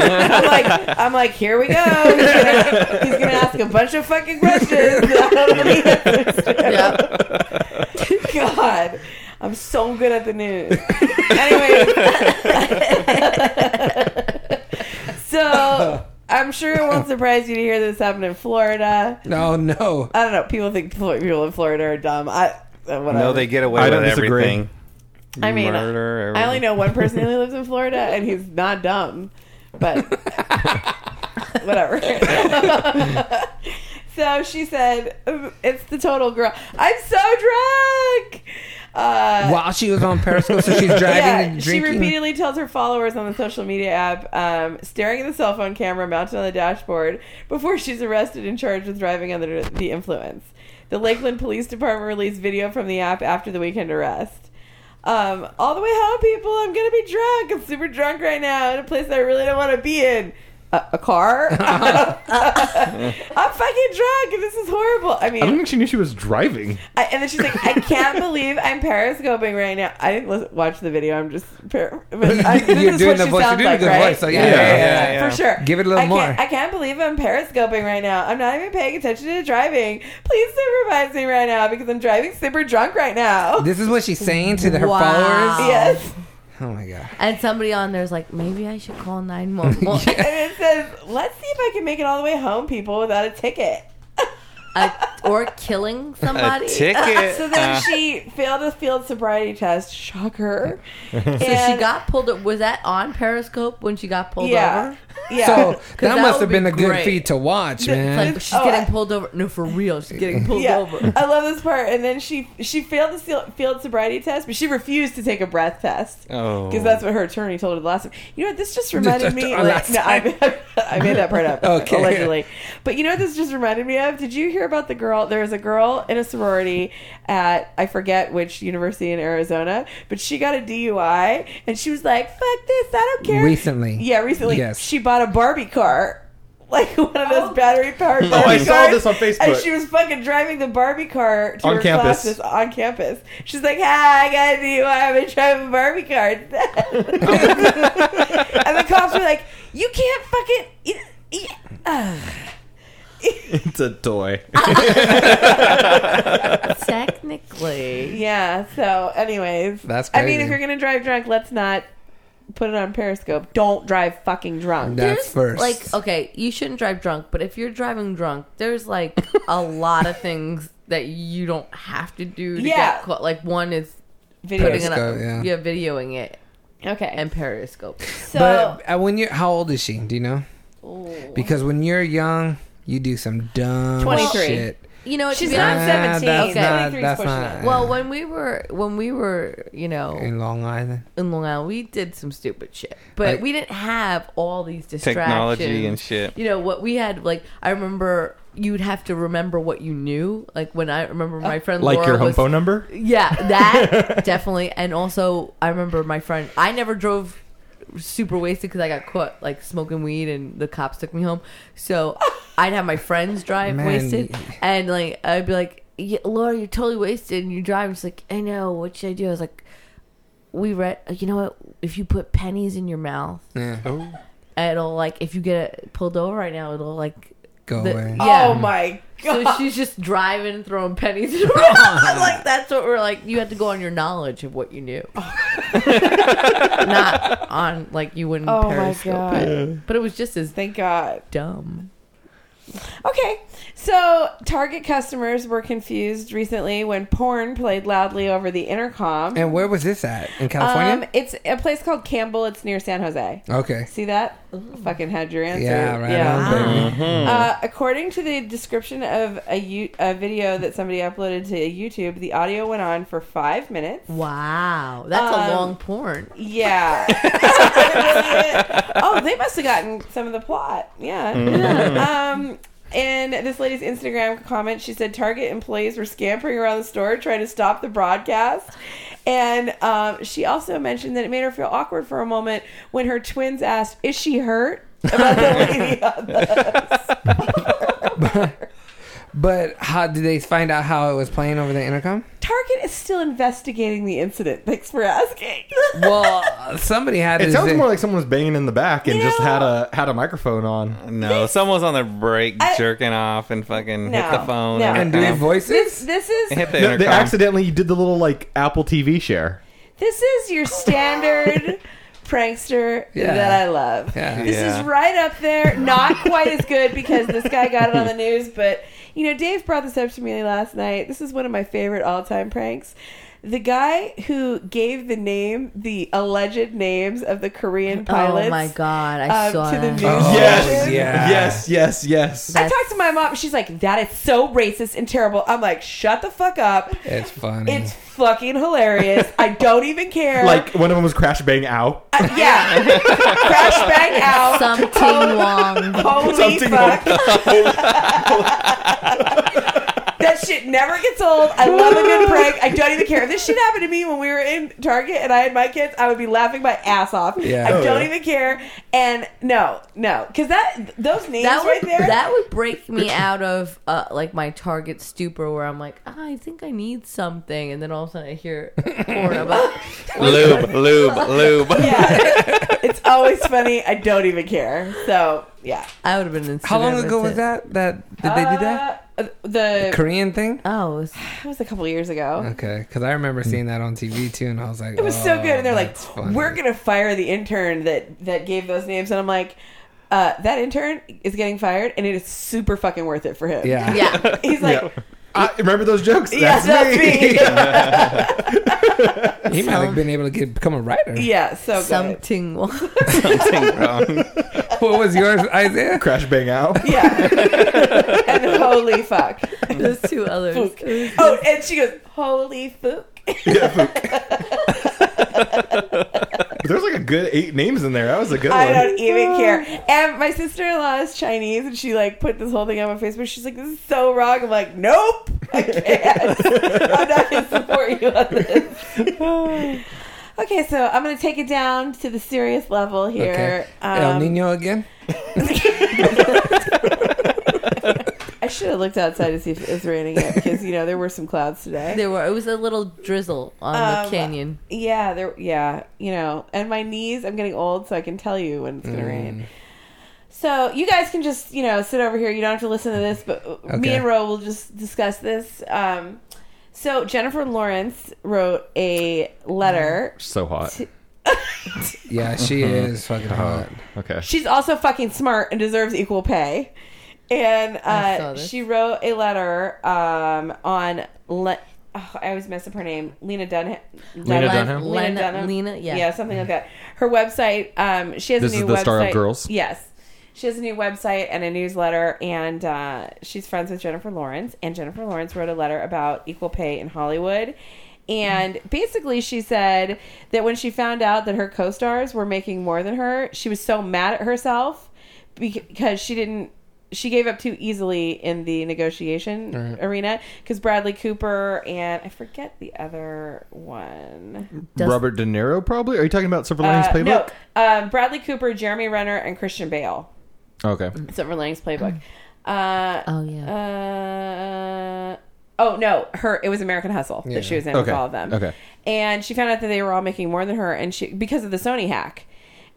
like, I'm like, here we go. He's gonna, he's gonna ask a bunch of fucking questions. that I don't know the answers to. God, I'm so good at the news. anyway, so I'm sure it won't surprise you to hear this happen in Florida. No, Oh, no. I don't know. People think Flo- people in Florida are dumb. I uh, whatever. No, Oh, they get away I with don't disagree. everything. I mean, Murder, I only everything. know one person who lives in Florida, and he's not dumb, but whatever. so she said, "It's the total girl. I'm so drunk." Uh, While she was on Periscope, so she's driving yeah, and she drinking. repeatedly tells her followers on the social media app, um, staring at the cell phone camera mounted on the dashboard, before she's arrested and charged with driving under the influence. The Lakeland Police Department released video from the app after the weekend arrest. Um, all the way home, people. I'm gonna be drunk. I'm super drunk right now in a place I really don't want to be in. A, a car? I'm fucking drunk. and This is horrible. I mean, I don't think she knew she was driving. I, and then she's like, I can't believe I'm periscoping right now. I didn't listen, watch the video. I'm just. Par- but I, this You're is doing the what she voice. You're sounds doing like, the right? voice. Like, yeah, Yeah. yeah, yeah. yeah, yeah. For sure. Give it a little I can't- more. I can't believe I'm periscoping right now. I'm not even paying attention to driving. Please supervise me right now because I'm driving super drunk right now. This is what she's saying to the, her Wow. followers. yes. Oh my god. And somebody on there's like, maybe I should call 911. And it says, let's see if I can make it all the way home, people, without a ticket. A- or killing somebody. A ticket. So then Uh, she failed a field sobriety test. Shocker. So she got pulled up. Was that on Periscope when she got pulled Yeah. over? Yeah. So that, that must would have been be a good great. feed to watch, man. Like she's Oh, I- getting pulled over. No, for real, she's getting pulled yeah. over. I love this part. And then she she failed the seal- field sobriety test, but she refused to take a breath test Oh. because that's what her attorney told her the last time. You know what? This just reminded me. Our like, last no, I, I made that part up Okay. allegedly. But you know what? This just reminded me of. Did you hear about the girl? There was a girl in a sorority at I forget which university in Arizona, but she got a DUI and she was like, "Fuck this! I don't care." Recently. yeah, recently, Yes. she bought a Barbie car. Like one of those battery powered I Barbie saw cars. this on Facebook. And she was fucking driving the Barbie car to On her campus. classes on campus. She's like, "Hi, I got a DUI. I've been driving a Barbie car." instead." and the cops were like, "You can't fucking." You, you, ugh." It's a toy. Technically, yeah. So, anyways, That's I mean, crazy. if you're gonna drive drunk, let's not put it on Periscope. Don't drive fucking drunk. That's There's, first. Like, okay, you shouldn't drive drunk, but if you're driving drunk, there's like a lot of things that you don't have to do. To Yeah. Get caught. Like one is Video. putting it up, Periscope, yeah. yeah, videoing it Okay. and Periscope. so, but uh, when you're, how old is she? Do you know? Because when you're young, you do some dumb 23. shit. You know, She's she's not. not- Ah, That's 17. Okay. not. 23's That's pushing not. it. Well, when we were when we were, you know, in Long Island. in Long Island, we did some stupid shit, but Like- we didn't have all these distractions, Technology and shit. You know what we had? Like I remember, you'd have to remember what you knew. Like when I remember my friend Like Laura your home was- phone number? Yeah, that definitely. And also, I remember my friend. I never drove super wasted because I got caught like smoking weed, and the cops took me home. So I'd have my friends drive Man. wasted, and like I'd be like, yeah, "Laura, you're totally wasted, and you drive." She's like, "I know. What should I do?" I was like, "We read. You know what? If you put pennies in your mouth, Yeah. it'll like if you get pulled over right now, it'll like." Go the- away. yeah. oh my god. So she's just driving and throwing pennies in her mouth. like that's what we're like. You have to go on your knowledge of what you knew, not on like you wouldn't. Oh my periscope God. It. But it was just as Thank God. dumb. Okay, so Target customers were confused recently when porn played loudly over the intercom. And where was this at? In Um, California? it's a place called Campbell. It's near San Jose. okay. See that? Fucking had your answer. Yeah, right on, baby. Uh, according to the description of a, U- a video that somebody uploaded to YouTube, the audio went on for five minutes. Wow, that's Um, a long porn. Yeah. oh, they must have gotten some of the plot. Yeah. Um, in this lady's Instagram comment, she said Target employees were scampering around the store trying to stop the broadcast. And um, she also mentioned that it made her feel awkward for a moment when her twins asked, Is she hurt? About the lady on the But how did they find out how it was playing over the intercom? Target is still investigating the incident. Thanks for asking. Well, somebody had It his- sounds more like someone was banging in the back and just No. had a had a microphone on. No, someone's on their break I- jerking off and fucking hit No, the phone. no. and doing intercom. this voices. this is hit the No, they intercom. accidentally did the little like Apple TV share. This is your standard prankster Yeah. that I love. Yeah. This Yeah. is right up there. Not quite as good because this guy got it on the news, but you know, Dave brought this up to me last night. This is one of my favorite all-time pranks. The guy who gave the name, the alleged names of the Korean pilots. Oh my god, I um, saw to the that. news Oh, station. yeah. Yes, yes, yes. I talked to my mom. She's like, "That is so racist and terrible." I'm like, "Shut the fuck up! It's funny. It's fucking hilarious. I don't even care." Uh, Like one of them was crash bang ow. Yeah. Crash bang out. Oh. Something wrong. Holy Something fuck. that shit never gets old. I love a good prank. I don't even care. If this shit happened to me when we were in Target and I had my kids, I would be laughing my ass off. Yeah. I Oh, don't yeah. even care. And no, no. Because that those names That right would there. that would break me out of uh, like my target stupor where I'm like, "Ah, I think I need something, and then all of a sudden I hear porn about lube, lube, lube. yeah. It's always funny. I don't even care. So yeah. I would have been in. how long ago was that? That did they do that Uh, the, Korean thing? Hmm. Oh, it was- that was a couple years ago. Okay, because I remember seeing that on TV too, and I was like, It was so good. And they're like, we're gonna going to fire the intern that, that gave those names. And I'm like, uh, that intern is getting fired, and it is super fucking worth it for him. yeah, yeah. He's like, yeah, I remember those jokes. that's, me. He might have been able to get become a writer. yeah, so good. Something wrong. Something wrong. What was yours, Isaiah? Crash bang ow. Yeah. and holy fuck. Those two others. Fook. Oh, and she goes, holy fook. But there's like a good eight names in there. That was a good I one. don't e- even care. And my sister in law is Chinese, and she like put this whole thing on my Facebook. She's like, "This is so wrong." I'm like, "Nope, I can't. I'm not gonna support you on this." okay, so I'm gonna take it down to the serious level Okay, here. El Um, Nino again. I should have looked outside to see if it was raining yet because you know there were some clouds today. There were. It was a little drizzle on Um, the canyon. Yeah, there. Yeah, you know, and my knees. I'm getting old, so I can tell you when it's gonna Mm. rain. So you guys can just you know sit over here. You don't have to listen to this, but uh, me Okay. and Ro will just discuss this. Um, so Jennifer Lawrence wrote a letter. So hot. Yeah, she Mm-hmm. is fucking Uh-huh. hot. Okay. She's also fucking smart and deserves equal pay. And saw uh, this. she wrote a letter um, on. Le- oh, I always mess up her name. Lena Dunham. Lena Len- Dunham? Lena, Lena Dunham. Lena, yeah. yeah, something like that. Her website. Um, she has This a is new the website. Star of Girls? Yes, she has a new website and a newsletter, and uh, she's friends with Jennifer Lawrence. And Jennifer Lawrence wrote a letter about equal pay in Hollywood. And basically, she said that when she found out that her co stars were making more than her, she was so mad at herself because she didn't she gave up too easily in the negotiation arena because Bradley Cooper and I forget the other one. Does- Robert De Niro, probably. Are you talking about Silver Linings Uh, no, Playbook? um, Bradley Cooper, Jeremy Renner, and Christian Bale. Okay. Silver Linings Playbook. Uh, Oh, yeah. Uh, oh no, her. It was American Hustle that she was in Okay. with all of them. Okay. And she found out that they were all making more than her, and she because of the Sony hack.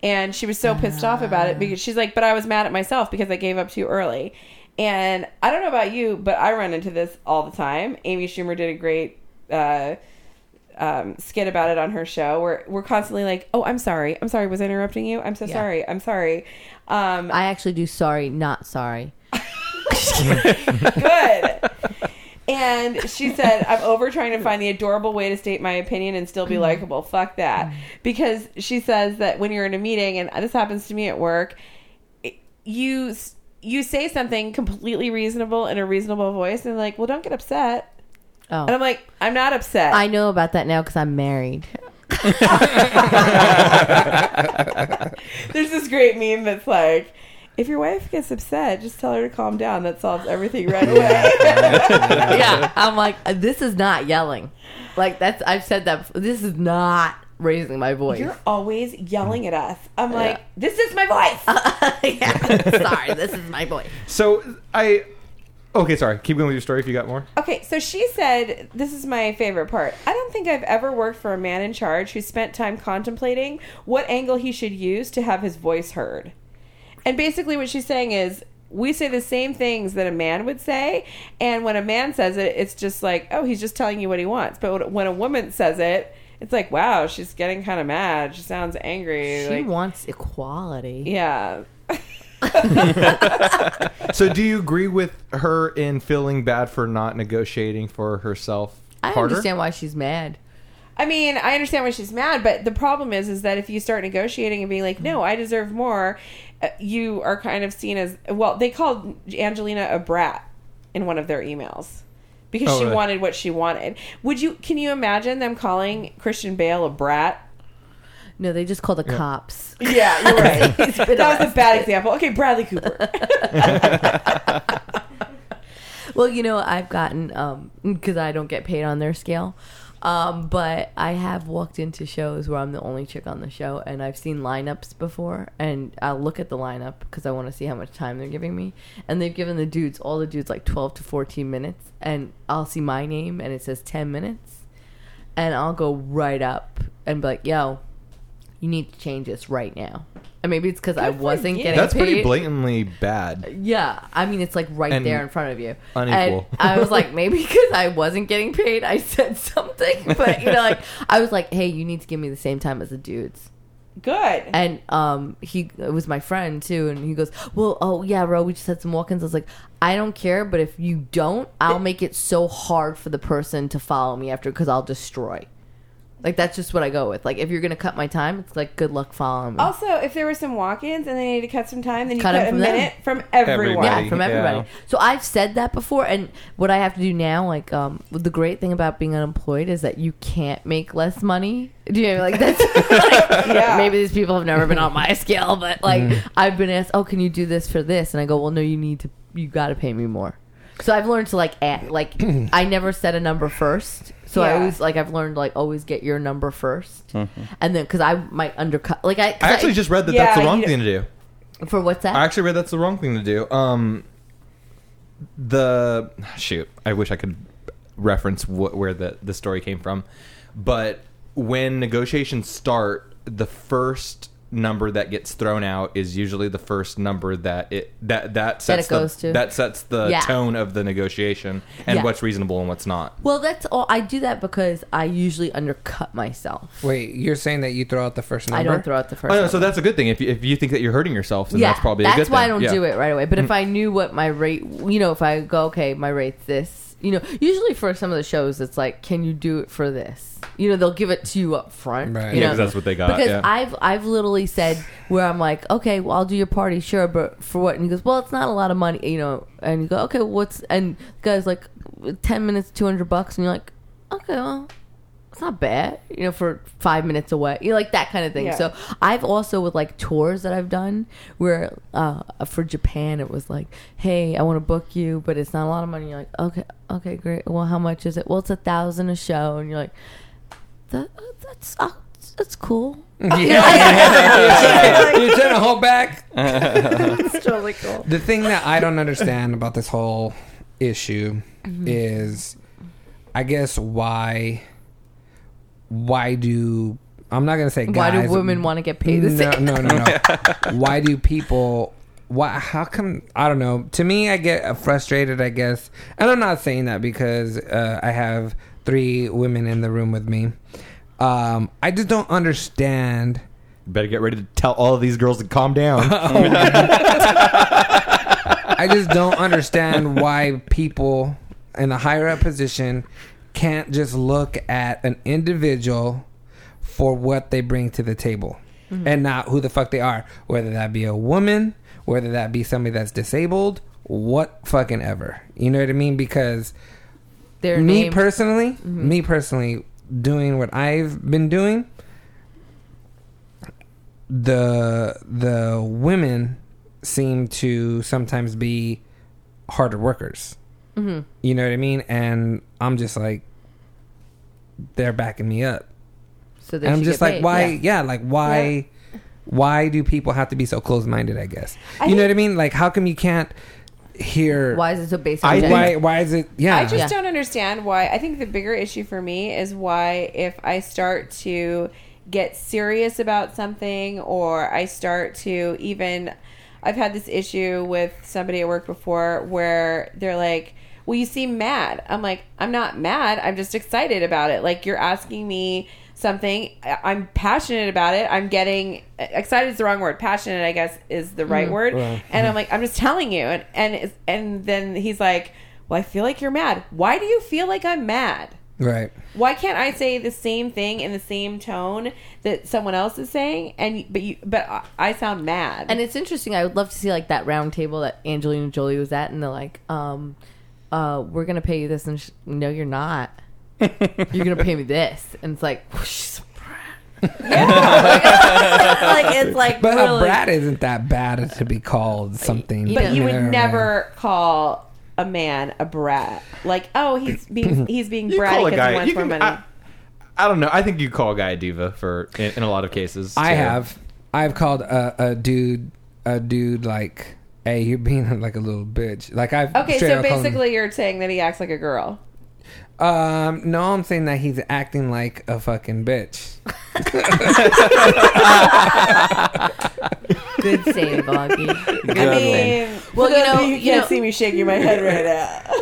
And she was so pissed off about Ah. it because she's like, "But I was mad at myself because I gave up too early." And I don't know about you, but I run into this all the time. Amy Schumer did a great. Uh, um, skit about it on her show where we're constantly like, "Oh, I'm sorry, I'm sorry, was I interrupting you? I'm so Yeah. sorry, I'm sorry." Um, I actually do. Sorry, not sorry. good. And she said, I'm over trying to find the adorable way to state my opinion and still be likable. Fuck that. Because she says that when you're in a meeting, and this happens to me at work, it- you s- you say something completely reasonable in a reasonable voice, and like, well, don't get upset. Oh, And I'm like, I'm not upset. I know about that now because I'm married. There's this great meme that's like, If your wife gets upset, just tell her to calm down. That solves everything right away. yeah, I'm like, this is not yelling. Like that's I've said that. before. This is not raising my voice. You're always yelling at us. I'm like, this is my voice. yeah, sorry, this is my voice. So I. Okay, sorry. Keep going with your story if you got more. Okay, so she said, This is my favorite part. I don't think I've ever worked for a man in charge who spent time contemplating what angle he should use to have his voice heard. And basically, what she's saying is, we say the same things that a man would say. And when a man says it, it's just like, oh, he's just telling you what he wants. But when a woman says it, it's like, wow, she's getting kind of mad. She sounds angry. She like, wants equality. yeah. So do you agree with her in feeling bad for not negotiating for herself? I harder? understand why she's mad. I mean, I understand why she's mad, but the problem is, is that if you start negotiating and being like, "No, I deserve more," uh, you are kind of seen as well. They called Angelina a brat in one of their emails because Oh, she really? wanted what she wanted. Would you? Can you imagine them calling Christian Bale a brat? No, they just call the cops. Yeah, you're right. He's been that was a arrested. bad example. Okay, Bradley Cooper. Well, you know, I've gotten um because I don't get paid on their scale. Um, but I have walked into shows where I'm the only chick on the show, and I've seen lineups before, and I'll look at the lineup because I want to see how much time they're giving me. And they've given the dudes, all the dudes, like 12 to 14 minutes, and I'll see my name, and it says 10 minutes, and I'll go right up and be like, "Yo, you need to change this right now." And maybe it's because I for wasn't you. getting That's paid. pretty blatantly Uh, bad. Yeah, I mean it's like right And there in front of you. unequal. And I was like, maybe because I wasn't getting paid, I said something, but you know, like I was like, hey, you need to give me the same time as the dudes. Good. And um, he it was my friend too, and he goes, well, oh yeah, bro, we just had some walk-ins. I was like, I don't care, but if you don't, I'll make it so hard for the person to follow me after because I'll destroy. Like that's just what I go with. Like if you're gonna cut my time, it's like good luck following me. Also, if there were some walk-ins and they needed to cut some time, then you Cut cut, it a from them. minute from everyone. Yeah, Everybody. from everybody. So I've said that before, and what I have to do now, like, um, the great thing about being unemployed is that you can't make less money. Do you know, like that's like, Yeah. maybe these people have never been on my scale, but like Mm-hmm. I've been asked, oh, can you do this for this? And I go, well, no, you need to, you got to pay me more. So I've learned to like add, like I never set a number first. So I Yeah. always like I've learned like always get your number 1st and then because I might undercut like I, 'cause Mm-hmm. I actually I- just read that Yeah, that's the wrong you- thing to do. for what's that I actually read that's the wrong thing to do. Um, the shoot, I wish I could reference wh- where the the story came from, but when negotiations start, the first number that gets thrown out is usually the first number that it that that sets the, goes to. that sets the Yeah. tone of the negotiation and Yeah. what's reasonable and what's not. Well, that's all. I do that because I usually undercut myself. Wait, you're saying that you throw out the first number? I don't throw out the first. Oh no, one. so that's a good thing. If you, if you think that you're hurting yourself, then yeah, that's probably a good why thing. I don't Yeah. Hmm. do it right away. But if I knew what my rate, you know, if I go, okay, my rate's this. You know, usually for some of the shows, it's like, can you do it for this? You know, they'll give it to you up front. Right. Yeah, you know? 'cause that's what they got, Because yeah. I've I've literally said where I'm like, okay, well, I'll do your party, sure, but for what? And he goes, well, it's not a lot of money, you know. And you go, okay, what's? And the guy's like, ten minutes, two hundred bucks, and you're like, okay, well, it's not bad, you know, for five minutes away, you know, like that kind of thing. Yeah. So I've also with like tours that I've done where uh, for Japan it was like, hey, I want to book you, but it's not a lot of money. You're like, okay, okay, great. Well, how much is it? Well, it's a thousand a show, and you're like, that, that's uh, that's cool. you're trying to hold back. It's totally cool. The thing that I don't understand about this whole issue Mm-hmm. is, I guess why, why do I'm not gonna say guys, Why do women want to get paid the no, same? no, no, no. why do people? Why? How come? I don't know. To me, I get uh, frustrated. I guess, and I'm not saying that because uh, I have three women in the room with me. Um, I just don't understand. Better get ready to tell all of these girls to calm down. I just don't understand why people in the higher up position can't just look at an individual for what they bring to the table and not who the fuck they are, whether that be a woman, whether that be somebody that's disabled, what fucking ever. You know what I mean? Because Their Mm-hmm. me name. personally, me personally, doing what I've been doing, the the women seem to sometimes be harder workers. Mm-hmm. You know what I mean? And I'm just like, they're backing me up. So they And I'm should just get like, paid. why? Yeah. Yeah, like why? Why do people have to be so close-minded? I guess you know what I mean. Like, how come you can't hear? Why is it so basic? I I, think- Why? Why is it? Yeah. I just Yeah. don't understand why. I think the bigger issue for me is why if I start to get serious about something or I start to even I've had this issue with somebody at work before where they're like, "Well, you seem mad." I'm like, "I'm not mad. I'm just excited about it." Like you're asking me something I- I'm passionate about it. I'm getting excited is the wrong word. Passionate, I guess, is the Mm, right word. And I'm like, I'm just telling you. And and it's- and then he's like, well, I feel like you're mad. Why do you feel like I'm mad? right. Why can't I say the same thing in the same tone that someone else is saying? And but you, but I- I sound mad. and it's interesting. I would love to see like that round table that Angelina Jolie was at, and they're like, um, uh, "We're gonna pay you this," and she, no, you're not. You're gonna pay me this, and it's like, she's a brat. like it's like, But really- a brat isn't that bad to be called something. you but know. you would know, never call a man a brat. Like, oh, he's being he's being You bratty call a because he guy. wants You more can, money. I, I don't know. I think you call a guy a diva for in, in a lot of cases. I too. have. I've called a, a dude a dude like, hey, you're being like a little bitch. Like I've okay, straight so up called him- basically, you're saying that he acts like a girl. Um, no, I'm saying that he's acting like a fucking bitch. good save, Boggy. I mean, Well, for you those know- of you you can't know- see me shaking my head right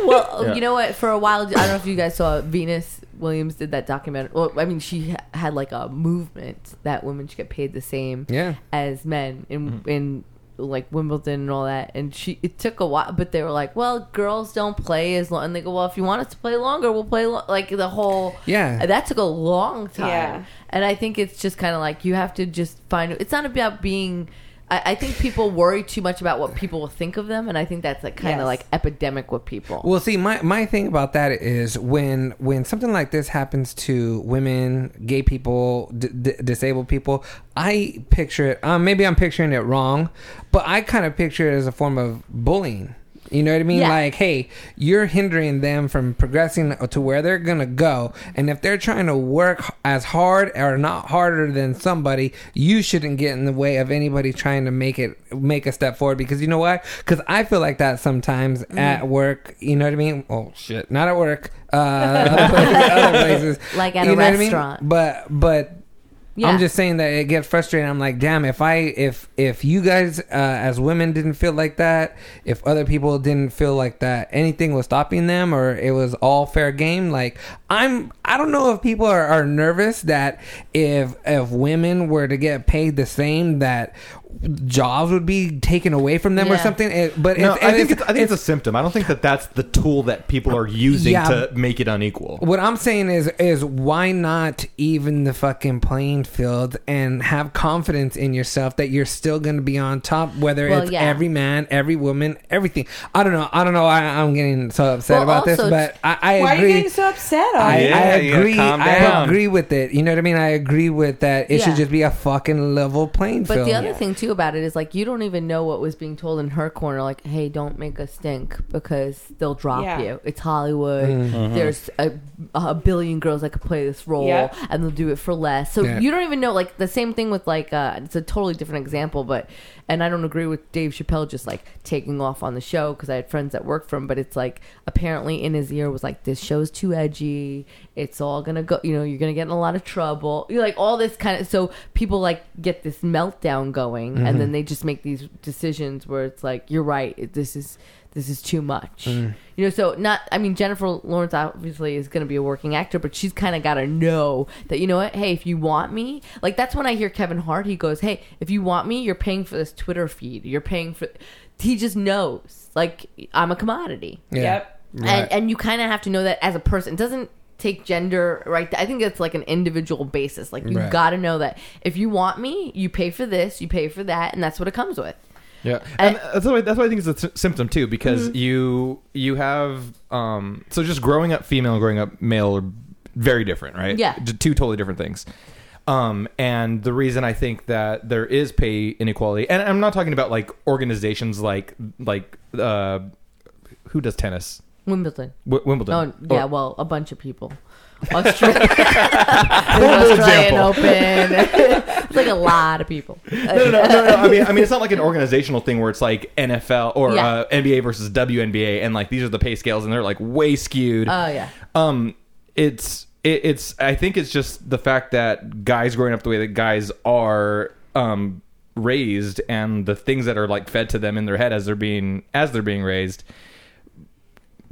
now. Well, Yeah. you know what? For a while, I don't know if you guys saw Venus Williams did that documentary. Well, I mean, she ha- had like a movement that women should get paid the same Yeah. as men in in like Wimbledon and all that. And she it took a while, but they were like, "Well, girls don't play as long." And they go, "Well, if you want us to play longer, we'll play lo-. like the whole uh, Yeah. That took a long time. Yeah. And I think it's just kind of like you have to just find. It's not about being. I, I think people worry too much about what people will think of them, and I think that's like kind of Yes. like epidemic with people. Well, see, my, my thing about that is when when something like this happens to women, gay people, d- d- disabled people, I picture it. Um, maybe I'm picturing it wrong, but I kind of picture it as a form of bullying. You know what I mean? Yeah. Like, hey, you're hindering them from progressing to where they're gonna go, and if they're trying to work as hard or not harder than somebody, you shouldn't get in the way of anybody trying to make it make a step forward. Because you know why? Because I feel like that sometimes Mm. at work. You know what I mean? Oh shit, not at work. Uh, other places- other places, Like at a You know what I mean? restaurant. But but Yeah. I'm just saying that it gets frustrating. I'm like, damn, if I if if you guys uh, as women didn't feel like that, if other people didn't feel like that, anything was stopping them, or it was all fair game. Like I'm, I don't know if people are, are nervous that if if women were to get paid the same, that jobs would be taken away from them or Yeah. something. It, but No, it's, I think it's, I think it's, a symptom. I don't think that that's the tool that people are using Yeah. to make it unequal. What I'm saying is, is why not even the fucking playing field and have confidence in yourself that you're still going to be on top, whether Well, it's yeah. every man, every woman, everything. I don't know. I don't know. why I'm getting so upset Well, about also, this, but I, I Why agree. are you getting so upset? On I, it? Yeah, I you gotta agree. calm I down. agree with it. You know what I mean? I agree with that. It Yeah. should just be a fucking level playing But field. the other thing too about it is like you don't even know what was being told in her corner. Like, hey, don't make a stink because they'll drop Yeah. you. It's Hollywood. There's a, a billion girls that could play this role, Yeah. and they'll do it for less. So Yeah. you don't even know. Like the same thing with like uh, it's a totally different example, but and I don't agree with Dave Chappelle just like taking off on the show because I had friends that worked for him. But it's like apparently in his ear was like this show's too edgy. It's all gonna go. You know, you're gonna get in a lot of trouble. You're like all this kind of. So people like get this meltdown going, and then they just make these decisions where it's like you're right. it- This is this is too much. Mm. You know, so not. I mean, Jennifer Lawrence obviously is going to be a working actor, but she's kind of got to know that you know what. Hey, if you want me, like that's when I hear Kevin Hart. He goes, "Hey, if you want me, you're paying for this Twitter feed. You're paying for." He just knows, like I'm a commodity, Yeah. Yep. Right. and and you kind of have to know that as a person. It doesn't take gender right. I think it's like an individual basis. Like you Right. got to know that if you want me, you pay for this, you pay for that, and that's what it comes with. Yeah, and that's why that's why I think it's a sy- symptom too, because you you have um so just growing up female, and growing up male are very different, right? Yeah. D- two totally different things. Um, and the reason I think that there is pay inequality, and I'm not talking about like organizations like like uh, who does tennis, Wimbledon. w- Wimbledon. No, Oh, yeah, Or- well, a bunch of people. Australia, Australian example. Uh, Open. it's like a lot of people. no, no, no, no, no. I mean, I mean, it's not like an organizational thing where it's like NFL or Yeah. uh, NBA versus WNBA, and like these are the pay scales, and they're like way skewed. Oh yeah, um, it's it, it's. I think it's just the fact that guys growing up the way that guys are um raised, and the things that are like fed to them in their head as they're being as they're being raised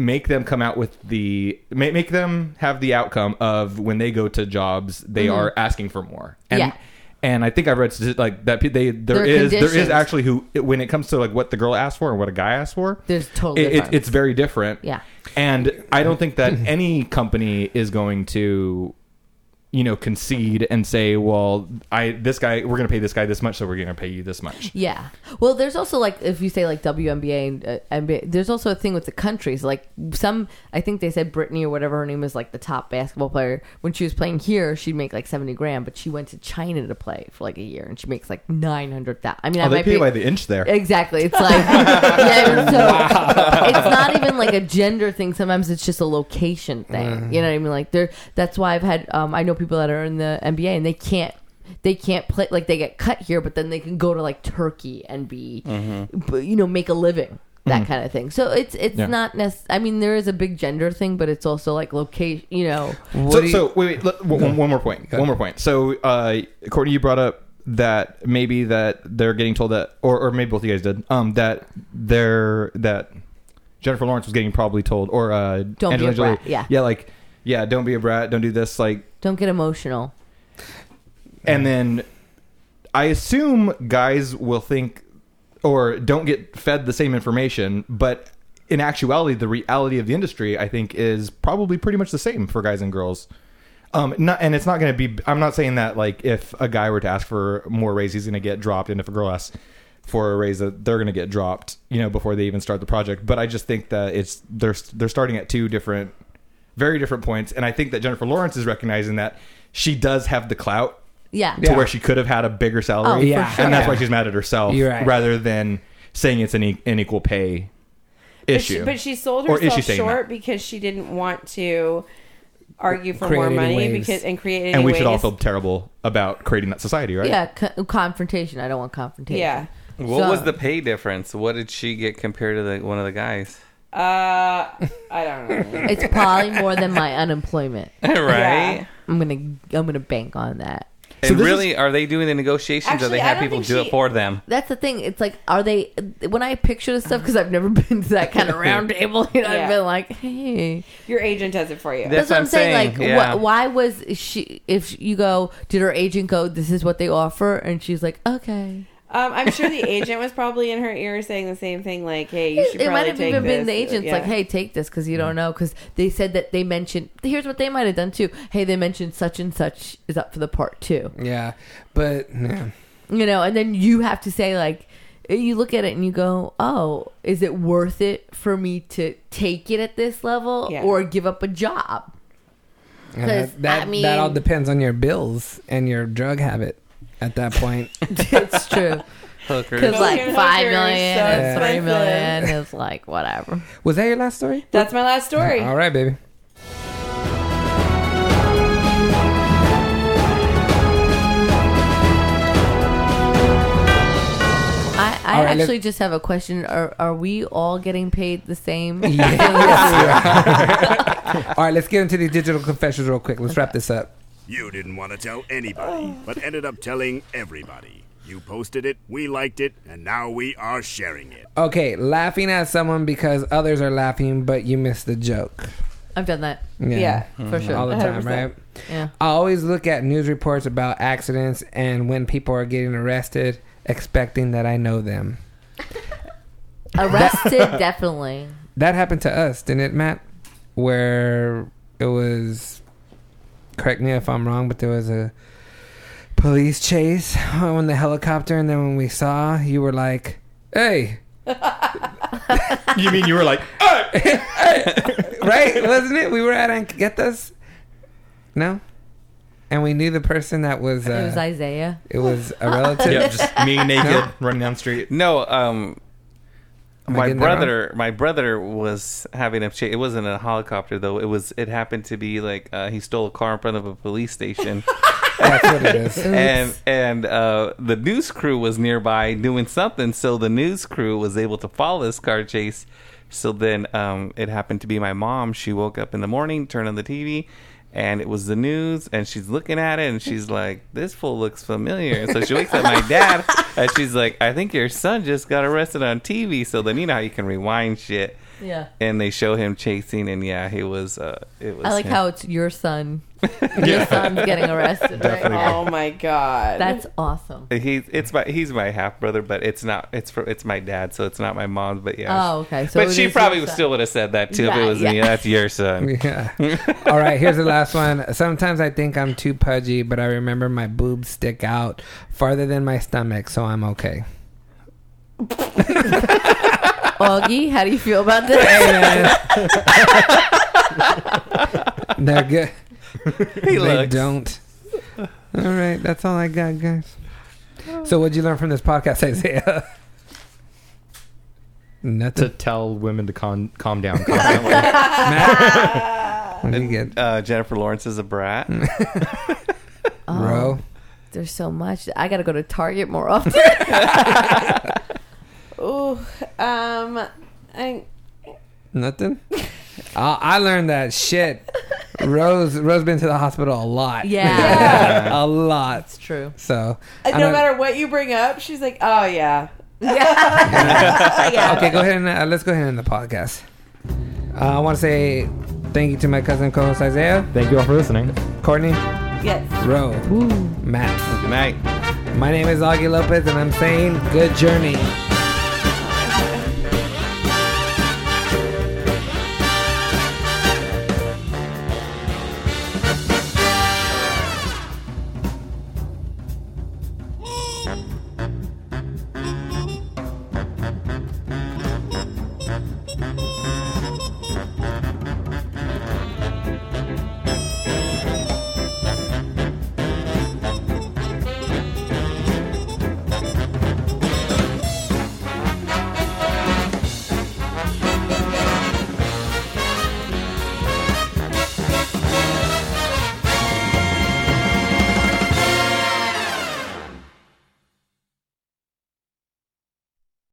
make them come out with the make, make them have the outcome of when they go to jobs they are asking for more and Mm-hmm. Yeah. and i think i read stati- like that pe- they there Their is there is conditions. actually who when it comes to like what the girl asked for and what a guy asked for There's totally it, it, different. it's very different Yeah. and i don't think that any company is going to you know concede and say well i this guy we're going to pay this guy this much so we're going to pay you this much yeah. Well, there's also like if you say like WNBA and uh, NBA, there's also a thing with the countries. Like some, I think they said Brittany or whatever her name was, like the top basketball player. When she was playing here, she'd make like seventy grand, but she went to China to play for like a year, and she makes like nine hundred thousand. I mean, Oh, I might be inch there Exactly. It's like yeah, so it's not even like a gender thing. Sometimes it's just a location thing. You know what I mean? Like there that's why I've had um, I know people that are in the NBA and they can't they can't play like they get cut here, but then they can go to like Turkey and be but, you know, make a living. That kind of thing. So it's it's Yeah. not necess- I mean, there is a big gender thing, but it's also like location. You know, so, do you- so wait, wait let- one- one, one more point. One more point. So, uh, Courtney, you brought up that maybe that they're getting told that, or, or maybe both of you guys did, um, that they're that Jennifer Lawrence was getting probably told, or uh, Don't be Angelina a brat, Jolie. yeah. yeah, like yeah, don't be a brat, don't do this, like, don't get emotional. and then I assume guys will think or don't get fed the same information, but. In actuality, the reality of the industry, I think, is probably pretty much the same for guys and girls. Um, not, and it's not going to be. I'm not saying that like if a guy were to ask for more raise, he's going to get dropped, and if a girl asks for a raise, that they're going to get dropped, you know, before they even start the project. But I just think that it's they're they're starting at two different, very different points, and I think that Jennifer Lawrence is recognizing that she does have the clout Yeah. to where she could have had a bigger Oh, salary, for Yeah. sure. and that's why she's mad at herself You're right. rather than saying it's an e- unequal pay issue. But she, but she sold Or is she herself saying short because she didn't want to argue for more Creating money waves. because and creating and we should all waves. feel terrible about creating that society, right? Yeah, co- confrontation. I don't want confrontation. yeah. What So- was the pay difference? What did she get compared to the, one of the guys? Uh, I don't know. It's probably more than my unemployment. right? Yeah. I'm gonna I'm gonna bank on that. So And this really, are they doing the negotiations? or Actually, they I have don't people think do she- it for them? That's the thing. It's like, are they? When I picture this stuff, because I've never been to that kind of round table, you know, Yeah. I've been like, hey. Your agent does it for you. That's That's, what what I'm I'm saying. saying, Like, yeah. wh- why was she? If you go, did her agent go? This is what they offer, and she's like, okay. Um, I'm sure the agent was probably in her ear saying the same thing, like, "Hey, you should It might probably have take even been the this." agents Yeah. like, hey, take this because you don't know. Because they said that they mentioned. Here's what they might have done too. Hey, they mentioned such and such is up for the part two. Yeah, but yeah. you know and then you have to say like you look at it and you go oh is it worth it for me to take it at this level Yeah. or give up a job Yeah, 'Cause, that, that, I mean- that all depends on your bills and your drug habit at that point. it's true Hookers. because like Fucking five hookers, million so and three expensive. million is like whatever Was that your last story? "That's my last story." All right, baby. i, I All right, let- actually just have a question are, are we all getting paid the same All right, let's get into the digital confessions real quick. Let's wrap this up. You didn't want to tell anybody, but ended up telling everybody. You posted it, we liked it, and now we are sharing it. Okay, laughing at someone because others are laughing, but you missed the joke. i've done that Yeah. for sure Mm-hmm. all the time, 100%. right? yeah I always look at news reports about accidents and when people are getting arrested, expecting that I know them. arrested definitely That happened to us, didn't it, Matt? Where it was, correct me if I'm wrong, but there was a police chase on the helicopter, and then when we saw, you were like, hey, You mean you were like, right? Wasn't it? We were at Anquetas. No? and we knew the person that was. Uh, It was Isaiah. it was a relative. yeah, just me naked running down the street. No, um, Am I my getting that wrong? brother, my brother was having a. Cha- it wasn't a helicopter though. It was. It happened to be like uh, he stole a car in front of a police station, That's what it is. and and uh, the news crew was nearby doing something. So the news crew was able to follow this car chase. So then um, it happened to be my mom. She woke up in the morning, turned on the TV. And it was the news, and she's looking at it, and she's like, "This fool looks familiar." And so she wakes up my dad, and she's like, "I think your son just got arrested on TV." So then you know how you can rewind shit, Yeah. and they show him chasing, and yeah, he was. Uh, it was. I like him. how it's your son. Your son's getting arrested. Right? Oh my god. That's awesome. He's it's my he's my half brother, but it's not it's for it's my dad, so it's not my mom's. But yeah. Oh, okay. So but it she is probably your son. still would have said that too if Yeah, it was yeah. me. That's your son. Yeah. All right, here's the last one. Sometimes I think I'm too pudgy, but I remember my boobs stick out farther than my stomach, so I'm okay. Augie, how do you feel about this? Hey, man. uh, They're good. He they looks. don't. All right, that's all I got, guys. So, what'd you learn from this podcast, Isaiah? To Nothing. tell women to con- calm down. Constantly. What do you get, Uh, Jennifer Lawrence is a brat. bro? Oh, There's so much. I gotta go to Target more often. Ooh. Um. I, Nothing. I, I learned that shit. Rose, Rose been to the hospital a lot. Yeah. a lot. It's true. So I no don't- matter what you bring up, she's like, "Oh yeah, Okay, go ahead and uh, let's go ahead and end the podcast. Uh, I want to say thank you to my cousin co-host Isaiah, Thank you all for listening. Courtney, yes." Ro, Matt. Good night. My name is Augie Lopez, and I'm saying good journey.